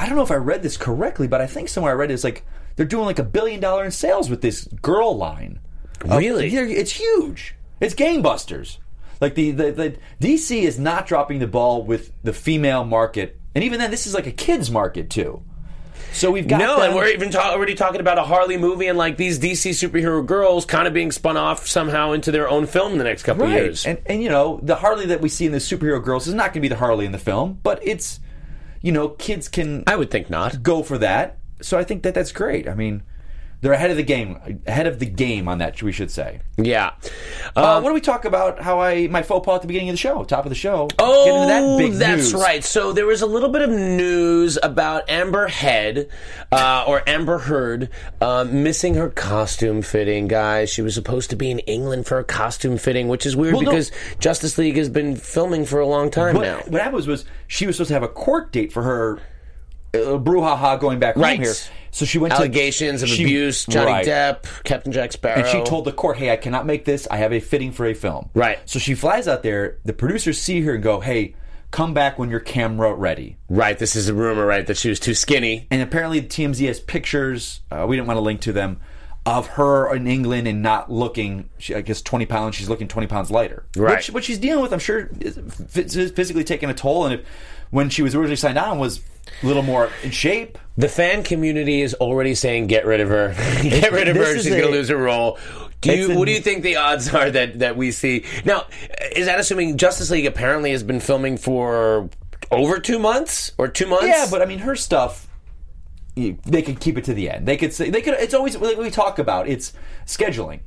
Speaker 2: I don't know if I read this correctly, but I think somewhere I read it's like they're doing like a billion dollar in sales with this girl line. Of-
Speaker 4: Really?
Speaker 2: they're- it's huge. It's gangbusters. Like the, the the DC is not dropping the ball with the female market, and even then, this is like a kids market too. So we've got
Speaker 4: No,
Speaker 2: them-
Speaker 4: and we're even ta- already talking about a Harley movie and like these DC superhero girls kind of being spun off somehow into their own film in the next couple
Speaker 2: right.
Speaker 4: years.
Speaker 2: And and you know, the Harley that we see in the superhero girls is not going to be the Harley in the film, but it's you know, kids can
Speaker 4: I would think not.
Speaker 2: go for that. So I think that that's great. I mean, they're ahead of the game, ahead of the game on that we should say.
Speaker 4: Yeah. Um,
Speaker 2: uh, what do we talk about? How I my faux pas at the beginning of the show, top of the show.
Speaker 4: Oh,
Speaker 2: Get into that big
Speaker 4: that's
Speaker 2: news.
Speaker 4: right. So there was a little bit of news about Amber Head uh, or Amber Heard um, missing her costume fitting. Guys, she was supposed to be in England for a costume fitting, which is weird
Speaker 2: Well, no.
Speaker 4: because Justice League has been filming for a long time
Speaker 2: What,
Speaker 4: now.
Speaker 2: what happened was, was she was supposed to have a court date for her uh, brouhaha going back
Speaker 4: Right.
Speaker 2: home here. So she went
Speaker 4: Allegations
Speaker 2: to,
Speaker 4: of
Speaker 2: she-
Speaker 4: abuse, Johnny
Speaker 2: right.
Speaker 4: Depp, Captain Jack Sparrow.
Speaker 2: And she told the court, "Hey, I cannot make this. I have a fitting for a film."
Speaker 4: Right.
Speaker 2: So she flies out there. The producers see her and go, "Hey, come back when you're camera ready."
Speaker 4: Right, this is a rumor, right, that she was too skinny.
Speaker 2: and apparently TMZ has pictures. Uh, we didn't want to link to them of her in England and not looking. She, I guess twenty pounds. She's looking twenty pounds lighter.
Speaker 4: Right.
Speaker 2: Which, what she's dealing with, I'm sure, is phys- physically taking a toll. And if, when she was originally signed on, was a little more in shape.
Speaker 4: The fan community is already saying, "Get rid of her! Get rid of
Speaker 2: this
Speaker 4: her!
Speaker 2: is
Speaker 4: She's going
Speaker 2: a-
Speaker 4: to lose her role." Do
Speaker 2: It's
Speaker 4: you?
Speaker 2: a-
Speaker 4: what do you think the odds are that that we see now? Is that assuming Justice League apparently has been filming for over two months or two months?
Speaker 2: Yeah, but I mean, her stuff. you- They could keep it to the end. They could say they could. It's always like we talk about. It's scheduling.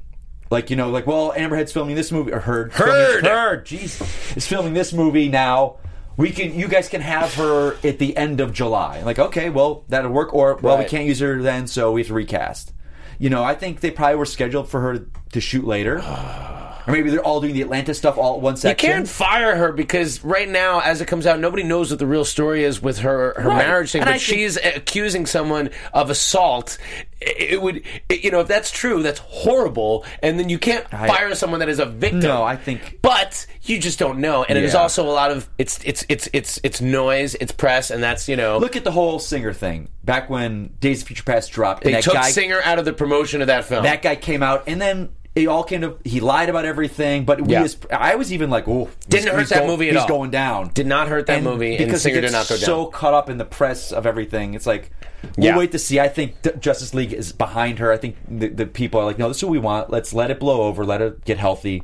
Speaker 2: Like you know, like well, Amberhead's filming this movie or heard
Speaker 4: Heard!
Speaker 2: heard. Jeez, is filming this movie now. We can you guys can have her at the end of July. Like okay, well that'll work. Or well, we
Speaker 4: Right.
Speaker 2: can't use her then, so we have to recast. You know, I think they probably were scheduled for her to shoot later, or maybe they're all doing the Atlanta stuff all at one
Speaker 4: you
Speaker 2: section.
Speaker 4: can't fire her because right now, as it comes out, nobody knows what the real story is with her her
Speaker 2: Right.
Speaker 4: marriage thing.
Speaker 2: And
Speaker 4: but
Speaker 2: I think-
Speaker 4: she's accusing someone of assault. It, it would, it- you know, if that's true, that's horrible. And then you can't
Speaker 2: I-
Speaker 4: fire someone that is a victim.
Speaker 2: No, I think-
Speaker 4: But you just don't know, and it is
Speaker 2: Yeah.
Speaker 4: also a lot of it's it's it's it's it's noise, it's press, and that's you know.
Speaker 2: Look at the whole singer thing. Back when Days of Future Past dropped, and
Speaker 4: they
Speaker 2: that
Speaker 4: took
Speaker 2: guy
Speaker 4: singer out of the promotion of that film.
Speaker 2: that guy came out, and then it all came to he lied about everything. But we
Speaker 4: Yeah.
Speaker 2: was, I was even like, oh,
Speaker 4: Didn't hurt that movie at
Speaker 2: he's
Speaker 4: all.
Speaker 2: going down.
Speaker 4: Did not hurt that
Speaker 2: And
Speaker 4: movie, and
Speaker 2: because he
Speaker 4: Singer did
Speaker 2: gets
Speaker 4: not go down.
Speaker 2: So caught up in the press of everything, it's like we'll
Speaker 4: Yeah.
Speaker 2: wait to see. I think D- Justice League is behind her. I think the, the people are like, no, this is what we want. Let's let it blow over. Let it get healthy.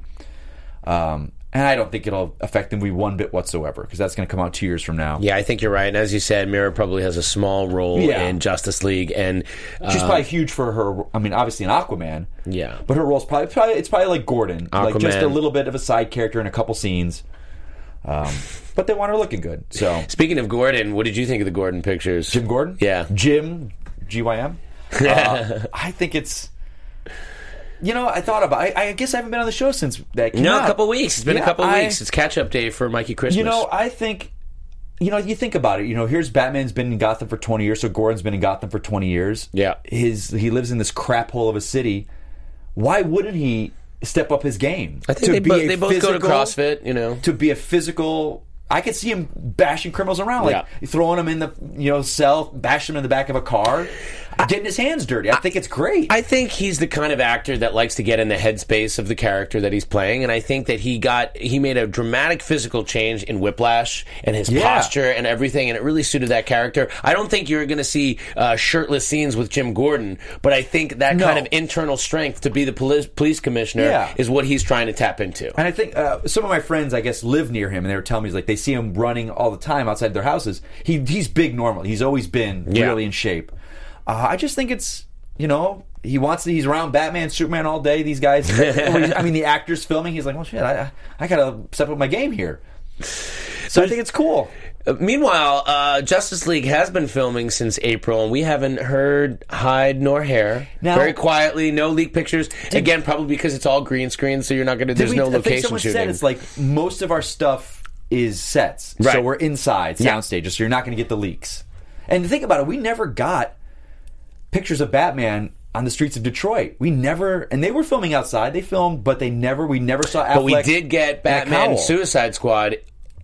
Speaker 2: Um, and I don't think it'll affect the movie one bit whatsoever because that's going to come out two years from now.
Speaker 4: yeah, I think you're right. And as you said, Mira probably has a small role
Speaker 2: Yeah.
Speaker 4: in Justice League, and uh,
Speaker 2: She's probably huge for her. I mean, obviously an Aquaman.
Speaker 4: Yeah.
Speaker 2: but her role's probably, probably it's probably like Gordon, like just a
Speaker 4: Aquaman.
Speaker 2: little bit of a side character in a couple scenes. Um, but they want her looking good. So
Speaker 4: Speaking of Gordon, what did you think of the Gordon pictures?
Speaker 2: Jim Gordon,
Speaker 4: Yeah.
Speaker 2: Jim G Y M. Uh, I think it's. You know, I thought about. I, I guess I haven't been on the show since that. Came
Speaker 4: No,
Speaker 2: out.
Speaker 4: a couple weeks. It's been
Speaker 2: Yeah,
Speaker 4: a couple
Speaker 2: I-
Speaker 4: weeks. It's catch up day for Mikey Christmas.
Speaker 2: You know, I think. You know, you think about it. You know, here's Batman's been in Gotham for 20 years, so Gordon's been in Gotham for 20 years.
Speaker 4: Yeah.
Speaker 2: his he lives in this crap hole of a city. Why wouldn't he step up his game?
Speaker 4: I think they, bo- they both go to
Speaker 2: physical-
Speaker 4: CrossFit. You know,
Speaker 2: to be a physical. I could see him bashing criminals around, like
Speaker 4: Yeah.
Speaker 2: throwing them in the you know cell, bashing them in the back of a car. getting his hands dirty. I think it's great.
Speaker 4: I think he's the kind of actor that likes to get in the headspace of the character that he's playing, and I think that he got he made a dramatic physical change in Whiplash and his
Speaker 2: Yeah.
Speaker 4: posture and everything, and it really suited that character. I don't think you're going to see uh, shirtless scenes with Jim Gordon, but I think that
Speaker 2: No.
Speaker 4: kind of internal strength to be the police, police commissioner
Speaker 2: Yeah.
Speaker 4: is what he's trying to tap into.
Speaker 2: And I think uh, some of my friends, I guess, live near him, and they were telling me like they see him running all the time outside their houses. He he's big normal. He's always been
Speaker 4: Yeah.
Speaker 2: really in shape. Uh, I just think it's you know he wants to, he's around Batman, Superman all day. These guys, I mean, the actors filming. He's like, well, shit, I I gotta step up my game here. So I think it's cool.
Speaker 4: Uh, Meanwhile, uh, Justice League has been filming since April, and we haven't heard hide nor hair.
Speaker 2: Now-
Speaker 4: Very quietly, no leak pictures. Again, probably because it's all green screen, so you're not going to. There's
Speaker 2: we-
Speaker 4: no
Speaker 2: I think
Speaker 4: location
Speaker 2: someone
Speaker 4: shooting.
Speaker 2: said it's like most of our stuff is sets, so
Speaker 4: Right.
Speaker 2: we're inside sound stages, so you're not going to get the leaks. And think about it, we never got pictures of Batman on the streets of Detroit. We never, and they were filming outside. They filmed, but they never, we never saw. Affleck
Speaker 4: but we did get Batman Suicide Squad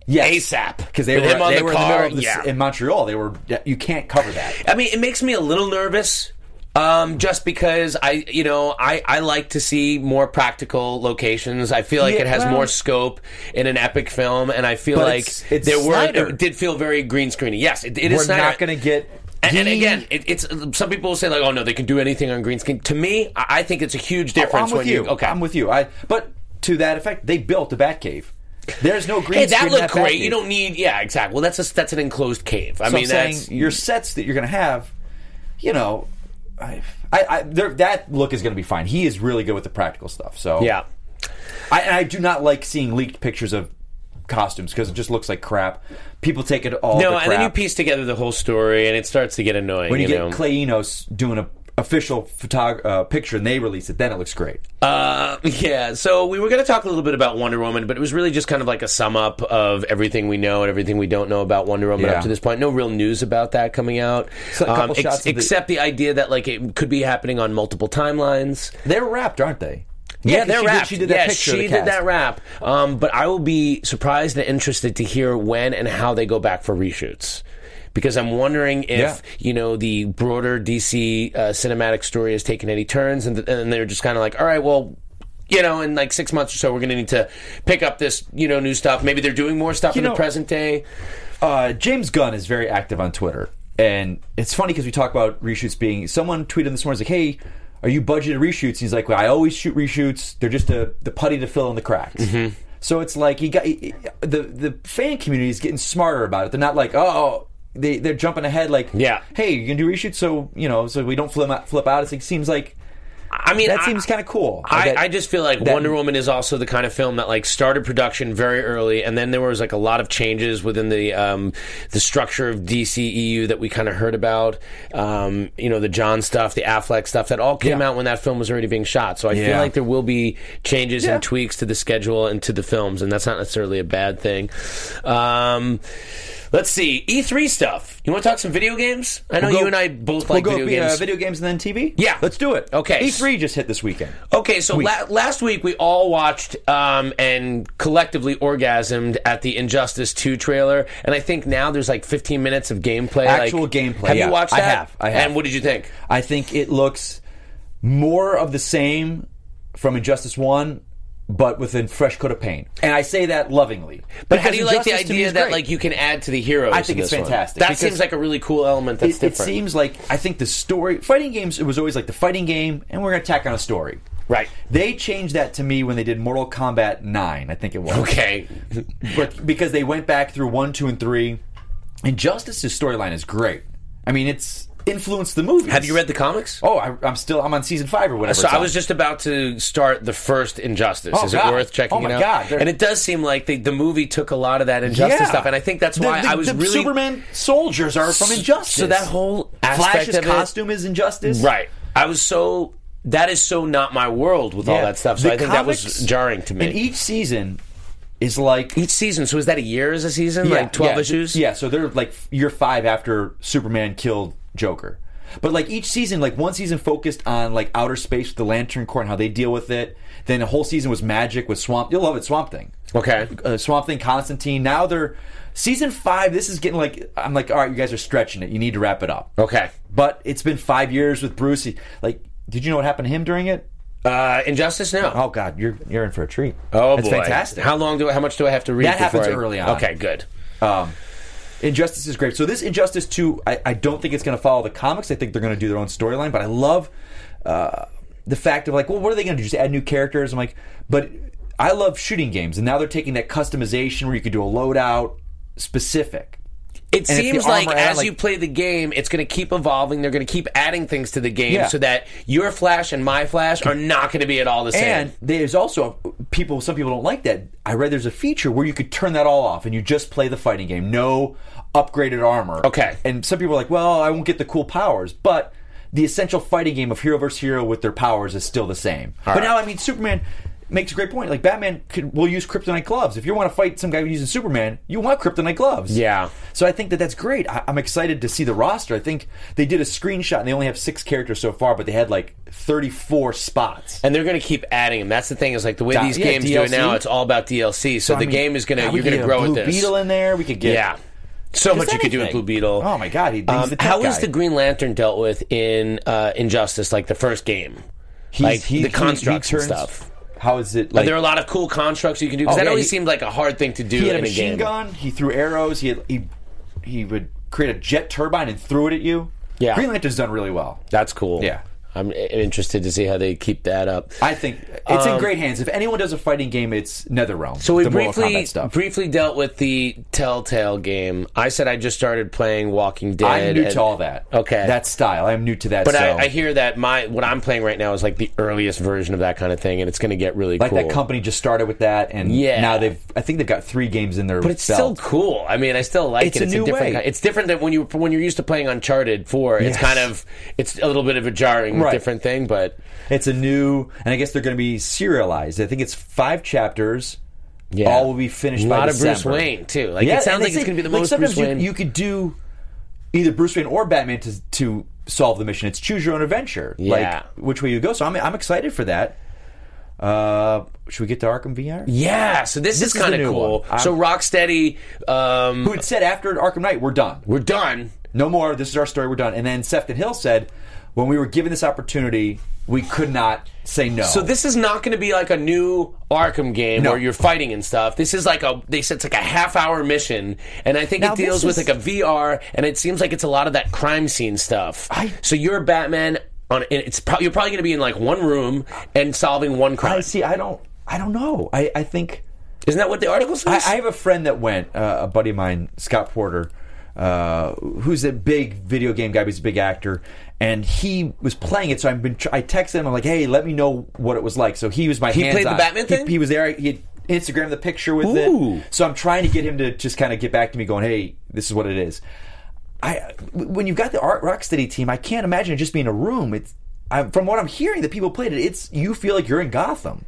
Speaker 4: ASAP
Speaker 2: because they
Speaker 4: With
Speaker 2: were
Speaker 4: him on
Speaker 2: they
Speaker 4: the
Speaker 2: were
Speaker 4: car,
Speaker 2: in the middle of the,
Speaker 4: yeah.
Speaker 2: in Montreal. They were you can't cover that.
Speaker 4: I mean, it makes me a little nervous. Um, just because I, you know, I, I like to see more practical locations. I feel like
Speaker 2: Yeah,
Speaker 4: it has
Speaker 2: well-
Speaker 4: more scope in an epic film, and I feel
Speaker 2: But
Speaker 4: like
Speaker 2: it's- it's
Speaker 4: there were
Speaker 2: Snyder.
Speaker 4: it did feel very green screeny. Yes, it, it is
Speaker 2: we're
Speaker 4: Snyder.
Speaker 2: not going to get.
Speaker 4: And, and
Speaker 2: the-
Speaker 4: again, it, it's some people will say like, "Oh no, they can do anything on green screen." To me, I, I think it's a huge difference
Speaker 2: Oh, I'm with
Speaker 4: when
Speaker 2: you.
Speaker 4: you. Okay,
Speaker 2: I'm with you. I but to that effect, they built a Batcave. There's no green.
Speaker 4: hey, that
Speaker 2: screen in
Speaker 4: looked great.
Speaker 2: Batcave.
Speaker 4: You don't need. Yeah, exactly. Well, that's a, that's an enclosed cave. I
Speaker 2: So
Speaker 4: mean,
Speaker 2: I'm
Speaker 4: that's
Speaker 2: saying your sets that you're going to have, you know, I, I, I there- that look is going to be fine. He is really good with the practical stuff. So
Speaker 4: yeah.
Speaker 2: I, and I do not like seeing leaked pictures of costumes because it just looks like crap. People take it all.
Speaker 4: No,
Speaker 2: the
Speaker 4: and then you
Speaker 2: crap.
Speaker 4: piece together the whole story, and it starts to get annoying.
Speaker 2: when you,
Speaker 4: know?
Speaker 2: get Clay Enos doing a official photog- uh, picture and they release it, then it looks great.
Speaker 4: Uh, yeah, so we were going to talk a little bit about Wonder Woman, but it was really just kind of like a sum up of everything we know and everything we don't know about Wonder Woman
Speaker 2: Yeah.
Speaker 4: up to this point. No real news about that coming out, Um,
Speaker 2: So a couple shots of the-
Speaker 4: except the idea that like it could be happening on multiple timelines.
Speaker 2: They're wrapped, aren't they? 'cause
Speaker 4: they're
Speaker 2: she
Speaker 4: wrapped.
Speaker 2: Did, she did that
Speaker 4: yeah,
Speaker 2: picture. of
Speaker 4: she
Speaker 2: the
Speaker 4: did
Speaker 2: cast.
Speaker 4: that rap. Um, but I will be surprised and interested to hear when and how they go back for reshoots. Because I'm wondering if
Speaker 2: Yeah.
Speaker 4: you know the broader DC uh, cinematic story has taken any turns, and, th- and they're just kind of like, all right, well, you know, in like six months or so, we're going to need to pick up this you know new stuff. Maybe they're doing more stuff
Speaker 2: You
Speaker 4: in
Speaker 2: know-
Speaker 4: the present day.
Speaker 2: uh, James Gunn is very active on Twitter, and it's funny because we talk about reshoots being. Someone tweeted this morning, he's like, "Hey, are you budgeted reshoots?" he's like, "Well, I always shoot reshoots. They're just a, the putty to fill in the cracks."
Speaker 4: Mm-hmm.
Speaker 2: So it's like he got he- the the fan community is getting smarter about it. They're not like, "Oh." They, they're jumping ahead like
Speaker 4: Yeah.
Speaker 2: hey you can do reshoots so you know so we don't flip out, flip out it seems like
Speaker 4: I mean,
Speaker 2: that
Speaker 4: I-
Speaker 2: seems kind of cool
Speaker 4: I,
Speaker 2: Like that-
Speaker 4: I just feel like
Speaker 2: that-
Speaker 4: Wonder Woman is also the kind of film that like started production very early, and then there was like a lot of changes within the um, the structure of DCEU that we kind of heard about. Um, you know, the John stuff, the Affleck stuff, that all came
Speaker 2: Yeah.
Speaker 4: out when that film was already being shot. So I feel
Speaker 2: Yeah.
Speaker 4: like there will be changes
Speaker 2: Yeah.
Speaker 4: and tweaks to the schedule and to the films, and that's not necessarily a bad thing. Um, let's see E3 stuff. You want to talk some video games? I know
Speaker 2: We'll go-
Speaker 4: you and I both
Speaker 2: we'll
Speaker 4: like
Speaker 2: go
Speaker 4: video
Speaker 2: via
Speaker 4: games.
Speaker 2: video games and then TV
Speaker 4: Yeah.
Speaker 2: let's do it
Speaker 4: Okay.
Speaker 2: E3 just hit this weekend
Speaker 4: Okay, so la- last week we all watched um, and collectively orgasmed at the Injustice 2 trailer, and I think now there's like 15 minutes of gameplay. like-
Speaker 2: Actual gameplay,
Speaker 4: Have
Speaker 2: yeah.
Speaker 4: you watched
Speaker 2: I
Speaker 4: that?
Speaker 2: have, I have.
Speaker 4: And what did you think?
Speaker 2: I think it looks more of the same from Injustice One, but with a fresh coat of paint. And I say that lovingly.
Speaker 4: But how do you like the
Speaker 2: Injustice to me
Speaker 4: idea
Speaker 2: is
Speaker 4: that
Speaker 2: great.
Speaker 4: like you can add to the heroes?
Speaker 2: I think
Speaker 4: in
Speaker 2: it's
Speaker 4: this one?
Speaker 2: fantastic,
Speaker 4: That
Speaker 2: because
Speaker 4: seems like a really cool element that's
Speaker 2: It, it
Speaker 4: different.
Speaker 2: seems like I think the story fighting games it was always like the fighting game, and we're gonna tack on a story.
Speaker 4: Right.
Speaker 2: They changed that to me when they did Mortal Kombat Nine, I think it was.
Speaker 4: okay.
Speaker 2: But because they went back through one, two, and three. Injustice's storyline is great. I mean, it's influenced the movie.
Speaker 4: Have you read the comics?
Speaker 2: Oh, I, I'm still I'm on season five or whatever.
Speaker 4: So
Speaker 2: it's
Speaker 4: I
Speaker 2: on.
Speaker 4: was just about to start the first Injustice.
Speaker 2: Oh,
Speaker 4: Is
Speaker 2: God.
Speaker 4: it worth checking
Speaker 2: Oh, my
Speaker 4: it out?
Speaker 2: God. They're-
Speaker 4: And it does seem like the, the movie took a lot of that Injustice
Speaker 2: Yeah.
Speaker 4: stuff, and I think that's
Speaker 2: The-
Speaker 4: why
Speaker 2: the-
Speaker 4: I was
Speaker 2: the
Speaker 4: really
Speaker 2: Superman soldiers are from Injustice.
Speaker 4: So that whole aspect
Speaker 2: Flash's
Speaker 4: of it-
Speaker 2: costume is Injustice,
Speaker 4: Right. I was so that is so not my world with all
Speaker 2: Yeah.
Speaker 4: that stuff. So
Speaker 2: The
Speaker 4: I think that
Speaker 2: comics
Speaker 4: was jarring to me.
Speaker 2: And each season is like
Speaker 4: Each season. So is that a year as a season?
Speaker 2: yeah,
Speaker 4: like twelve
Speaker 2: yeah,
Speaker 4: issues?
Speaker 2: Yeah, so they're like year five after Superman killed Joker. But like each season, like one season focused on like outer space with the Lantern Corps and how they deal with it. Then a whole season was magic with Swamp. You'll love it, Swamp Thing.
Speaker 4: Okay.
Speaker 2: Uh, Swamp Thing, Constantine. Now they're season five. This is getting like I'm like, all right, you guys are stretching it. You need to wrap it up.
Speaker 4: Okay.
Speaker 2: But it's been five years with Brucey. Like, did you know what happened to him during it?
Speaker 4: Uh, Injustice now.
Speaker 2: Oh God, you're you're in for a treat.
Speaker 4: Oh
Speaker 2: That's
Speaker 4: boy,
Speaker 2: fantastic.
Speaker 4: How long do I, how much do I have to read?
Speaker 2: That happens
Speaker 4: before I-
Speaker 2: early on.
Speaker 4: Okay, good.
Speaker 2: Um, Injustice is great. So this Injustice two, I, I don't think it's going to follow the comics. I think they're going to do their own storyline. But I love uh, the fact of like, well, what are they going to do? Just add new characters? I'm like, but I love shooting games, and now they're taking that customization where you could do a loadout specific.
Speaker 4: It
Speaker 2: And if the
Speaker 4: seems like
Speaker 2: armor-
Speaker 4: as
Speaker 2: like-
Speaker 4: you play the game, it's going to keep evolving. They're going to keep adding things to the game
Speaker 2: Yeah.
Speaker 4: so that your Flash and my Flash are not going to be at all the same.
Speaker 2: And there's also people. Some people don't like that. I read there's a feature where you could turn that all off and you just play the fighting game. No upgraded armor.
Speaker 4: Okay.
Speaker 2: And some people are like, well, I won't get the cool powers, but the essential fighting game of hero versus hero with their powers is still the same. but now, I mean, Superman makes a great point. Like Batman could, will use kryptonite gloves. If you want to fight some guy using Superman, you want kryptonite gloves.
Speaker 4: Yeah.
Speaker 2: So I think that that's great. I, I'm excited to see the roster. I think they did a screenshot and they only have six characters so far, but they had like 34 spots.
Speaker 4: and they're going to keep adding them. That's the thing is like the way
Speaker 2: Di-
Speaker 4: these
Speaker 2: yeah,
Speaker 4: games do it
Speaker 2: DLC.
Speaker 4: now, it's all about DLC. So,
Speaker 2: I
Speaker 4: the
Speaker 2: mean,
Speaker 4: game is going to
Speaker 2: God, we
Speaker 4: you're going
Speaker 2: could
Speaker 4: to
Speaker 2: get a
Speaker 4: grow
Speaker 2: Blue
Speaker 4: with this.
Speaker 2: Beetle in there. We could get
Speaker 4: yeah. So
Speaker 2: Just
Speaker 4: much you could do with
Speaker 2: anything.
Speaker 4: Blue Beetle.
Speaker 2: Oh my God, he- he's
Speaker 4: Um,
Speaker 2: the tech
Speaker 4: how is
Speaker 2: guy.
Speaker 4: the Green Lantern dealt with in uh, Injustice, like the first game?
Speaker 2: He's-
Speaker 4: like
Speaker 2: he-
Speaker 4: the
Speaker 2: he-
Speaker 4: constructs
Speaker 2: he turns-
Speaker 4: and stuff.
Speaker 2: How is it?
Speaker 4: Are
Speaker 2: Like
Speaker 4: there are a lot of cool constructs you can do?
Speaker 2: Oh,
Speaker 4: Because that
Speaker 2: yeah,
Speaker 4: always
Speaker 2: he-
Speaker 4: seemed like a hard thing to do
Speaker 2: he had a
Speaker 4: in a
Speaker 2: machine
Speaker 4: game.
Speaker 2: gun. He threw arrows. He had, he he would create a jet turbine and threw it at you.
Speaker 4: Yeah.
Speaker 2: Green Lantern's done really well.
Speaker 4: That's cool.
Speaker 2: Yeah.
Speaker 4: I'm i- interested to see how they keep that up.
Speaker 2: I think it's in great hands. If anyone does a fighting game, it's NetherRealm.
Speaker 4: Um, So we
Speaker 2: the Mortal
Speaker 4: briefly
Speaker 2: Kombat stuff.
Speaker 4: briefly dealt with the Telltale game. I said I just started playing Walking Dead.
Speaker 2: I'm new
Speaker 4: and-
Speaker 2: to all that.
Speaker 4: Okay.
Speaker 2: that style. I'm new to that.
Speaker 4: But
Speaker 2: so.
Speaker 4: I, I hear that my what I'm playing right now is like the earliest version of that kind of thing, and it's going to get really
Speaker 2: like
Speaker 4: cool.
Speaker 2: that company just started with that, and
Speaker 4: Yeah.
Speaker 2: now they've. I think they've got three games in their.
Speaker 4: but it's still cool. I mean, I still like
Speaker 2: It's
Speaker 4: it.
Speaker 2: a new
Speaker 4: different
Speaker 2: way.
Speaker 4: kind- it's different than when you when you're used to playing Uncharted Four.
Speaker 2: Yes.
Speaker 4: It's kind of it's a little bit of a jarring
Speaker 2: Right.
Speaker 4: different thing, but
Speaker 2: It's a new, and I guess they're going to be serialized. I think it's five chapters.
Speaker 4: Yeah.
Speaker 2: All will be finished
Speaker 4: a
Speaker 2: by
Speaker 4: lot of
Speaker 2: December.
Speaker 4: Bruce Wayne too. Like it
Speaker 2: and
Speaker 4: sounds
Speaker 2: they
Speaker 4: like it's
Speaker 2: say-
Speaker 4: going to be the
Speaker 2: like,
Speaker 4: most
Speaker 2: sometimes
Speaker 4: Bruce
Speaker 2: you,
Speaker 4: Wayne.
Speaker 2: you could do either Bruce Wayne or Batman to to solve the mission. It's choose your own adventure.
Speaker 4: Yeah.
Speaker 2: Like which way you go. So I'm I'm excited for that. Uh, should we get to Arkham VR?
Speaker 4: yeah, so this,
Speaker 2: This
Speaker 4: is
Speaker 2: is the
Speaker 4: kind of
Speaker 2: new
Speaker 4: cool.
Speaker 2: one. I'm-
Speaker 4: So Rocksteady, um,
Speaker 2: Who had said after Arkham Knight, we're done.
Speaker 4: we're done.
Speaker 2: No more. This is our story. We're done. And then Sefton Hill said, when we were given this opportunity, we could not say no.
Speaker 4: So this is not going to be like a new Arkham game
Speaker 2: No.
Speaker 4: where you're fighting and stuff. This is like a they said it's like a half hour mission, and I think
Speaker 2: Now
Speaker 4: it deals
Speaker 2: this is-
Speaker 4: with like a VR, and it seems like it's a lot of that crime scene stuff.
Speaker 2: I-
Speaker 4: so you're Batman on, and it's pro- you're probably going to be in like one room and solving one crime.
Speaker 2: I see. I don't. I don't know. I, I think.
Speaker 4: Isn't that what the article
Speaker 2: I,
Speaker 4: says?
Speaker 2: I have a friend that went, uh, a buddy of mine, Scott Porter, uh, who's a big video game guy, but he's a big actor, and he was playing it. So I've been, tr- I texted him. I'm like, hey, let me know what it was like. So he was my.
Speaker 4: He
Speaker 2: hands
Speaker 4: played the
Speaker 2: on.
Speaker 4: Batman
Speaker 2: He-
Speaker 4: thing?
Speaker 2: He, was there. He had Instagrammed the picture with
Speaker 4: Ooh.
Speaker 2: it. So I'm trying to get him to just kind of get back to me, going, hey, this is what it is. I when you've got the Art Rocksteady team, I can't imagine it just being a room. It's I, from what I'm hearing that people played it. It's you feel like you're in Gotham.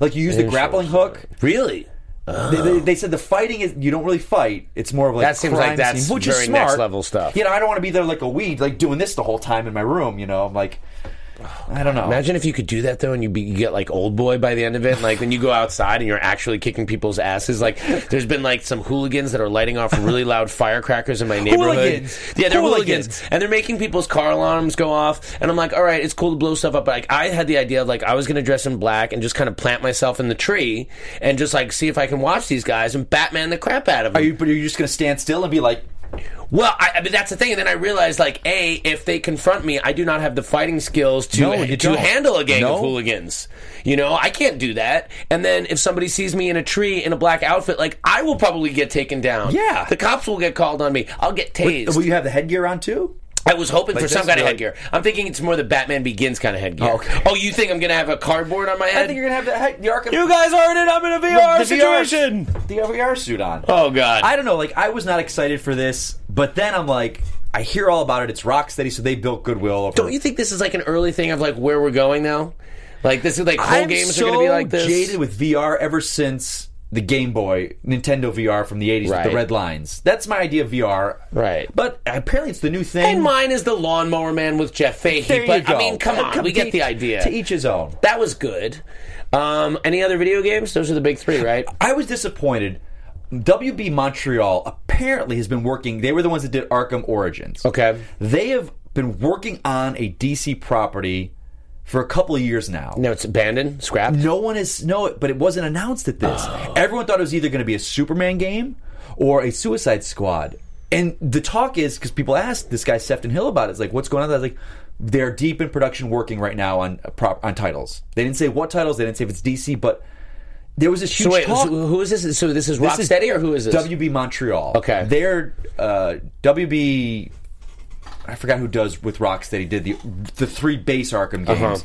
Speaker 2: Like you use the grappling hook.
Speaker 4: really? Oh.
Speaker 2: They, they, they said the fighting is you don't really fight. It's more of like
Speaker 4: That seems like
Speaker 2: crime
Speaker 4: that's
Speaker 2: scene, which
Speaker 4: very
Speaker 2: is smart.
Speaker 4: next level stuff.
Speaker 2: You know, I don't want to be there like a weed, like doing this the whole time in my room. You know, I'm like, I don't know.
Speaker 4: Imagine if you could do that though, and you, be, you get like old boy by the end of it. And, like then you go outside and you're actually kicking people's asses. Like there's been like some hooligans that are lighting off really loud firecrackers in my neighborhood.
Speaker 2: Hooligans.
Speaker 4: Yeah, they're hooligans.
Speaker 2: Hooligans.
Speaker 4: and they're making people's car alarms go off. And I'm like, all right, it's cool to blow stuff up. But like I had the idea of like I was gonna dress in black and just kind of plant myself in the tree and just like see if I can watch these guys and Batman the crap out of them.
Speaker 2: Are you? But are you just gonna stand still and be like,
Speaker 4: Well, I, I mean that's the thing, and then I realized like, a if they confront me, I do not have the fighting skills to
Speaker 2: No, you
Speaker 4: to
Speaker 2: don't.
Speaker 4: handle a gang
Speaker 2: No.
Speaker 4: of hooligans. You know, I can't do that. And then if somebody sees me in a tree in a black outfit, like I will probably get taken down.
Speaker 2: Yeah.
Speaker 4: the cops will get called on me. I'll get tased.
Speaker 2: will you have the headgear on too?
Speaker 4: I was hoping for
Speaker 2: Like
Speaker 4: some
Speaker 2: this?
Speaker 4: kind of
Speaker 2: Like-
Speaker 4: headgear. I'm thinking it's more the Batman Begins kind of headgear.
Speaker 2: Oh, okay.
Speaker 4: oh, you think I'm gonna have a cardboard on my head?
Speaker 2: I think you're gonna have the head, the Arkham.
Speaker 4: You guys are in it. I'm in a VR
Speaker 2: the VR
Speaker 4: situation.
Speaker 2: the VR suit on.
Speaker 4: Oh God.
Speaker 2: I don't know. Like I was not excited for this, but then I'm like, I hear all about it. It's Rocksteady, so they built goodwill. Over
Speaker 4: Don't you think this is like an early thing of like where we're going now? Like this is like whole
Speaker 2: I'm
Speaker 4: games
Speaker 2: so
Speaker 4: are going to be like this.
Speaker 2: Jaded with VR ever since the Game Boy Nintendo VR from the 80s with
Speaker 4: Right.
Speaker 2: the red lines. That's my idea of VR.
Speaker 4: Right.
Speaker 2: But apparently it's the new thing.
Speaker 4: And mine is the lawnmower man with Jeff Fahey.
Speaker 2: There
Speaker 4: but
Speaker 2: you go.
Speaker 4: I mean, come on, we
Speaker 2: to
Speaker 4: get the
Speaker 2: each-
Speaker 4: idea.
Speaker 2: To each his own.
Speaker 4: That was good. Um, any other video games? Those are the big three, right?
Speaker 2: I was disappointed. WB Montreal apparently has been working. They were the ones that did Arkham Origins.
Speaker 4: Okay.
Speaker 2: They have been working on a DC property for a couple of years now.
Speaker 4: No, it's abandoned, scrapped.
Speaker 2: No one has no, but it wasn't announced at this.
Speaker 4: Oh.
Speaker 2: Everyone thought it was either going to be a Superman game or a Suicide Squad. And the talk is because people asked this guy Sefton Hill about it. It's like, what's going on? I was like, they're deep in production, working right now on uh, prop, on titles. They didn't say what titles. They didn't say if it's DC, but there was this huge
Speaker 4: So wait,
Speaker 2: talk.
Speaker 4: so who is this? So this is
Speaker 2: This is
Speaker 4: Rocksteady, or who is this?
Speaker 2: WB Montreal.
Speaker 4: Okay.
Speaker 2: They're uh, WB. I forgot who does with Rocksteady did the the three base Arkham games.
Speaker 4: Uh-huh.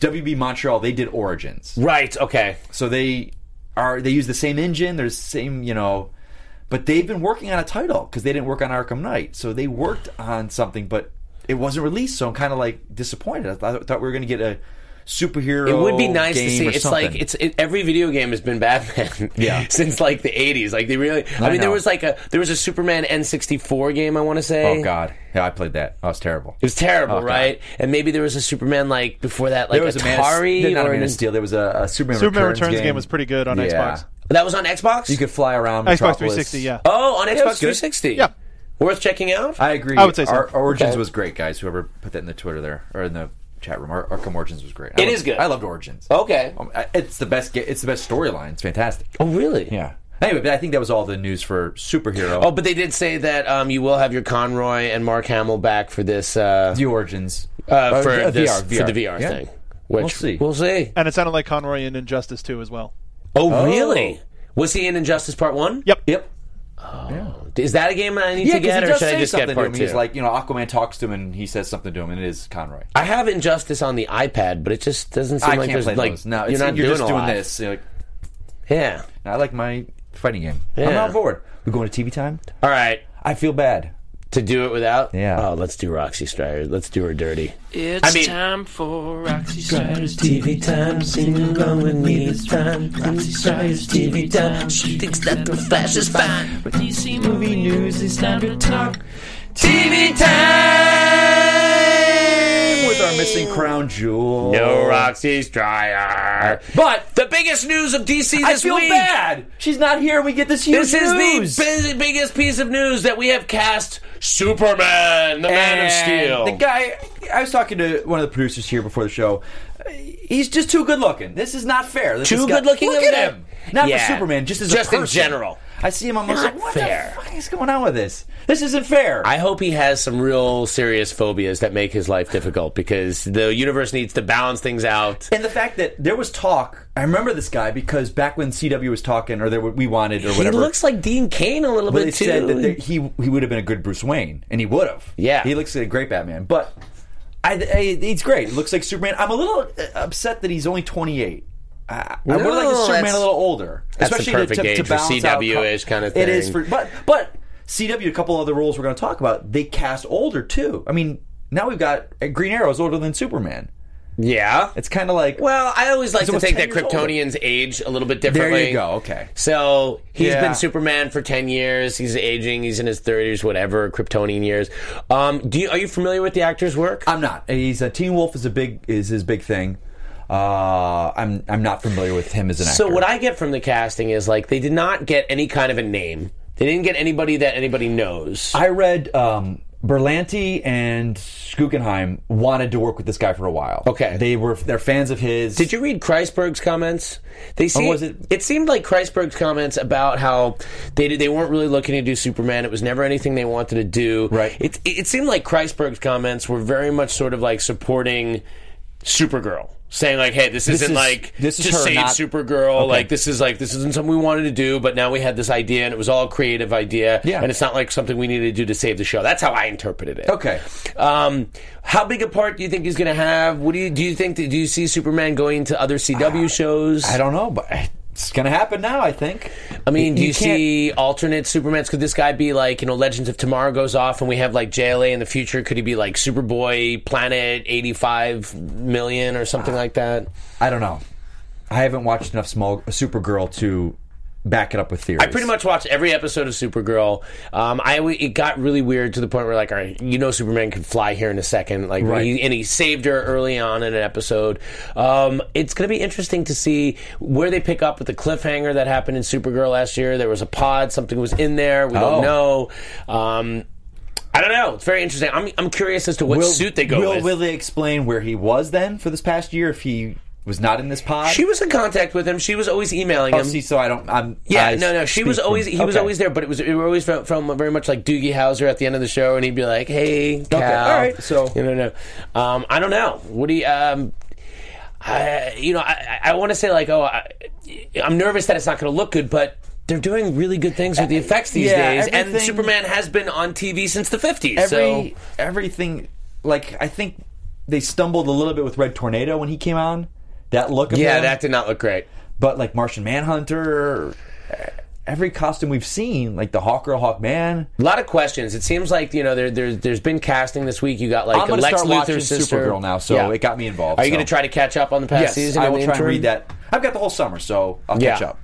Speaker 2: WB Montreal they did Origins,
Speaker 4: right. Okay.
Speaker 2: so they are they use the same engine. There's same you know, but they've been working on a title because they didn't work on Arkham Knight, so they worked on something, but it wasn't released. So I'm kind of like disappointed. I thought, thought we were going to get a superhero.
Speaker 4: It would be nice to
Speaker 2: game
Speaker 4: see.
Speaker 2: or
Speaker 4: It's like
Speaker 2: something.
Speaker 4: it's it, every video game has been Batman,
Speaker 2: Yeah.
Speaker 4: since like the '80s. Like they really. I,
Speaker 2: I
Speaker 4: mean, there
Speaker 2: know.
Speaker 4: was like a there was a Superman N64 game. I want to say.
Speaker 2: oh god, yeah, I played that. Oh, it's terrible.
Speaker 4: It was terrible,
Speaker 2: Oh, God.
Speaker 4: right? And maybe there was a Superman like before that, like Atari
Speaker 2: Man of, not a
Speaker 4: or
Speaker 2: Man
Speaker 4: an-
Speaker 2: of Steel. There was a, a Superman,
Speaker 5: Superman
Speaker 2: Returns,
Speaker 5: Returns game was pretty good on
Speaker 2: Yeah.
Speaker 5: Xbox.
Speaker 4: that was on Xbox.
Speaker 2: You could fly around
Speaker 5: Xbox
Speaker 2: Metropolis.
Speaker 5: 360, yeah.
Speaker 4: oh, on Xbox
Speaker 2: was good.
Speaker 4: 360.
Speaker 5: Yeah.
Speaker 4: worth checking out.
Speaker 2: I agree.
Speaker 5: I would say so.
Speaker 2: Our, Origins
Speaker 4: Okay.
Speaker 2: was great, guys. Whoever put that in the Twitter there or in the chat room, Ar- Arkham Origins was great. I
Speaker 4: It
Speaker 2: loved-
Speaker 4: is good.
Speaker 2: I loved Origins.
Speaker 4: okay.
Speaker 2: Um, I- it's the best. Ga- it's the best storyline. It's fantastic.
Speaker 4: Oh, really?
Speaker 2: Yeah. Anyway, but I think that was all the news for superhero.
Speaker 4: Oh, but they did say that um, you will have your Conroy and Mark Hamill back for this uh,
Speaker 2: the Origins
Speaker 4: uh, for
Speaker 2: uh,
Speaker 4: this,
Speaker 2: VR,
Speaker 4: for the VR
Speaker 2: Yeah.
Speaker 4: thing. Which
Speaker 2: We'll see.
Speaker 4: We'll see.
Speaker 5: And it sounded like Conroy in Injustice 2 as well.
Speaker 4: Oh, really? Was he in Injustice Part One?
Speaker 5: Yep.
Speaker 2: Yep.
Speaker 4: Is that a game I need
Speaker 2: Yeah,
Speaker 4: to
Speaker 2: because
Speaker 4: get,
Speaker 2: he
Speaker 4: or
Speaker 2: does
Speaker 4: should I
Speaker 2: say
Speaker 4: just
Speaker 2: something
Speaker 4: get
Speaker 2: to
Speaker 4: Part
Speaker 2: him.
Speaker 4: Two?
Speaker 2: He's like, you know, Aquaman talks to him and he says something to him, and it is Conroy.
Speaker 4: I have Injustice on the iPad, but it just doesn't seem
Speaker 2: I
Speaker 4: like
Speaker 2: can't
Speaker 4: there's
Speaker 2: play
Speaker 4: like
Speaker 2: those. No,
Speaker 4: you're
Speaker 2: it's-
Speaker 4: not
Speaker 2: you're
Speaker 4: doing
Speaker 2: just
Speaker 4: a
Speaker 2: doing
Speaker 4: lot.
Speaker 2: this. You're like,
Speaker 4: Yeah.
Speaker 2: I like my fighting game. I'm
Speaker 4: Yeah.
Speaker 2: on board. We going to TV time?
Speaker 4: All right.
Speaker 2: I feel bad.
Speaker 4: To do it without?
Speaker 2: Yeah.
Speaker 4: Oh, let's do Roxy Stryer. Let's do her dirty.
Speaker 8: It's
Speaker 4: I mean-
Speaker 8: time for Roxy Strutter's
Speaker 6: TV time, sing along with me this time.
Speaker 8: Roxy Strutter's TV time. She thinks that the flash is fine. But DC movie news, it's time to talk.
Speaker 4: TV time
Speaker 2: With our missing crown jewel.
Speaker 4: No Roxy Stryer.
Speaker 2: But
Speaker 4: The biggest news of DC
Speaker 2: I
Speaker 4: this
Speaker 2: feel
Speaker 4: week.
Speaker 2: bad. She's not here. We get this huge
Speaker 4: This is
Speaker 2: news.
Speaker 4: the busy, biggest piece of news that we have cast Superman, the Man of Steel.
Speaker 2: The guy, I was talking to one of the producers here before the show. He's just too good looking. This is not fair. This
Speaker 4: Too
Speaker 2: is-
Speaker 4: good-looking
Speaker 2: Look
Speaker 4: of
Speaker 2: at
Speaker 4: a-
Speaker 2: him. Not
Speaker 4: Yeah.
Speaker 2: for Superman, just as
Speaker 4: Just
Speaker 2: a
Speaker 4: in
Speaker 2: person.
Speaker 4: general.
Speaker 2: I see him. I'm
Speaker 4: Not
Speaker 2: like, what
Speaker 4: fair.
Speaker 2: the fuck is going on with this? This isn't fair.
Speaker 4: I hope he has some real serious phobias that make his life difficult because the universe needs to balance things out.
Speaker 2: and the fact that there was talk, I remember this guy because back when CW was talking, or there were, we wanted, or
Speaker 4: He
Speaker 2: whatever.
Speaker 4: looks like Dean Kane a little
Speaker 2: But they
Speaker 4: bit too.
Speaker 2: said that there- he he would have been a good Bruce Wayne, and he would have.
Speaker 4: Yeah.
Speaker 2: he looks like a great Batman, but I, I he's great. He looks like Superman. I'm a little uh, upset that he's only 28. I, I would
Speaker 4: No,
Speaker 2: like a Superman
Speaker 4: that's-
Speaker 2: a little older,
Speaker 4: that's the
Speaker 2: especight
Speaker 4: perfect age for
Speaker 2: balance out co-
Speaker 4: CW-ish kind of
Speaker 2: It is
Speaker 4: thing.
Speaker 2: for but but CW. A couple other roles we're going to talk about. They cast older too. I mean, now we've got uh, Green Arrow's older than Superman.
Speaker 4: yeah.
Speaker 2: It's kind of like
Speaker 4: Well, I always like
Speaker 2: He's
Speaker 4: to
Speaker 2: almost
Speaker 4: take
Speaker 2: 10
Speaker 4: that
Speaker 2: years older.
Speaker 4: Kryptonian's age a little bit
Speaker 2: there
Speaker 4: differently.
Speaker 2: you go. Okay,
Speaker 4: So he's
Speaker 2: Yeah.
Speaker 4: been Superman for ten years. He's aging. He's in his thirties, whatever Kryptonian years. Um, do you, are you familiar with the actor's work?
Speaker 2: I'm not. He's a Teen Wolf is a big is his big thing. Uh, I'm I'm not familiar with him as an actor.
Speaker 4: So what I get from the casting is like they did not get any kind of a name. They didn't get anybody that anybody knows.
Speaker 2: I read um, Berlanti and Guggenheim wanted to work with this guy for a while.
Speaker 4: Okay.
Speaker 2: they were they're fans of his.
Speaker 4: Did you read Kreisberg's comments? They seem,
Speaker 2: was it-
Speaker 4: it? seemed like Kreisberg's comments about how they did- they weren't really looking to do Superman. It was never anything they wanted to do.
Speaker 2: Right.
Speaker 4: It it seemed like Kreisberg's comments were very much sort of like supporting Supergirl, saying like, "Hey, this, isn't
Speaker 2: is-
Speaker 4: like
Speaker 2: this is
Speaker 4: just
Speaker 2: her,
Speaker 4: save
Speaker 2: not-
Speaker 4: Supergirl.
Speaker 2: Okay.
Speaker 4: Like this is like this isn't something we wanted to do, but now we had this idea and it was all a creative idea.
Speaker 2: Yeah.
Speaker 4: And it's not like something we needed to do to save the show. That's how I interpreted it.
Speaker 2: Okay.
Speaker 4: Um, how big a part do you think he's going to have? What do you do? You think that do you see Superman going to other CW shows?
Speaker 2: Uh, I don't know, but it's gonna happen now. I think.
Speaker 4: I mean, do you,
Speaker 2: can't-
Speaker 4: see alternate Supermans? Could this guy be like you know Legends of Tomorrow goes off and we have like JLA in the future? Could he be like Superboy Planet eighty five
Speaker 2: Uh,
Speaker 4: million or something like that?
Speaker 2: I don't know. I haven't watched enough small Supergirl to back it up with theories.
Speaker 4: I pretty much watched every episode of Supergirl. Um, I w- it got really weird to the point where like, all right, you know, Superman can fly here in a second, like,
Speaker 2: Right.
Speaker 4: he, and he saved her early on in an episode. Um, it's going to be interesting to see where they pick up with the cliffhanger that happened in Supergirl last year. There was a pod, something was in there. We don't
Speaker 2: Oh.
Speaker 4: know. Um, I don't know. It's very interesting. I'm, I'm curious as to what suit they go
Speaker 2: will,
Speaker 4: with.
Speaker 2: Will they explain where he was then for this past year if he was not in this pod?
Speaker 4: she was in contact with him. She was always emailing
Speaker 2: Oh,
Speaker 4: him.
Speaker 2: see, so I don't. I'm.
Speaker 4: Yeah,
Speaker 2: I
Speaker 4: no, no. She
Speaker 2: speak
Speaker 4: was
Speaker 2: from-
Speaker 4: always he was
Speaker 2: okay.
Speaker 4: always there, but it was it was always from, from very much like Doogie Howser at the end of the show, and he'd be like, "Hey, Cal.
Speaker 2: all right, so-
Speaker 4: you know, no, um, I don't know. What do you, um, I, you know, I, I want to say like, oh, I, I'm nervous that it's not going to look good, but they're doing really good things with the effects these
Speaker 2: Uh, yeah,
Speaker 4: days, and
Speaker 2: everything-
Speaker 4: Superman has been on TV since the 50s. so
Speaker 2: Every everything. Like I think they stumbled a little bit with Red Tornado when he came on. That look. Of
Speaker 4: yeah,
Speaker 2: him.
Speaker 4: that did not look great.
Speaker 2: But like Martian Manhunter, every costume we've seen, like the Hawk Girl, Hawk Man.
Speaker 4: A lot of questions. It seems like you know there, there's there's been casting this week. You got like
Speaker 2: I'm gonna
Speaker 4: Lex
Speaker 2: start watching
Speaker 4: Luthor's sister.
Speaker 2: Supergirl now, so it got me involved,
Speaker 4: Are you
Speaker 2: so.
Speaker 4: going to try to catch up on the past
Speaker 2: yes,
Speaker 4: season?
Speaker 2: I
Speaker 4: in
Speaker 2: will
Speaker 4: the
Speaker 2: try and
Speaker 4: interim?
Speaker 2: read that. I've got the whole summer, so I'll catch up.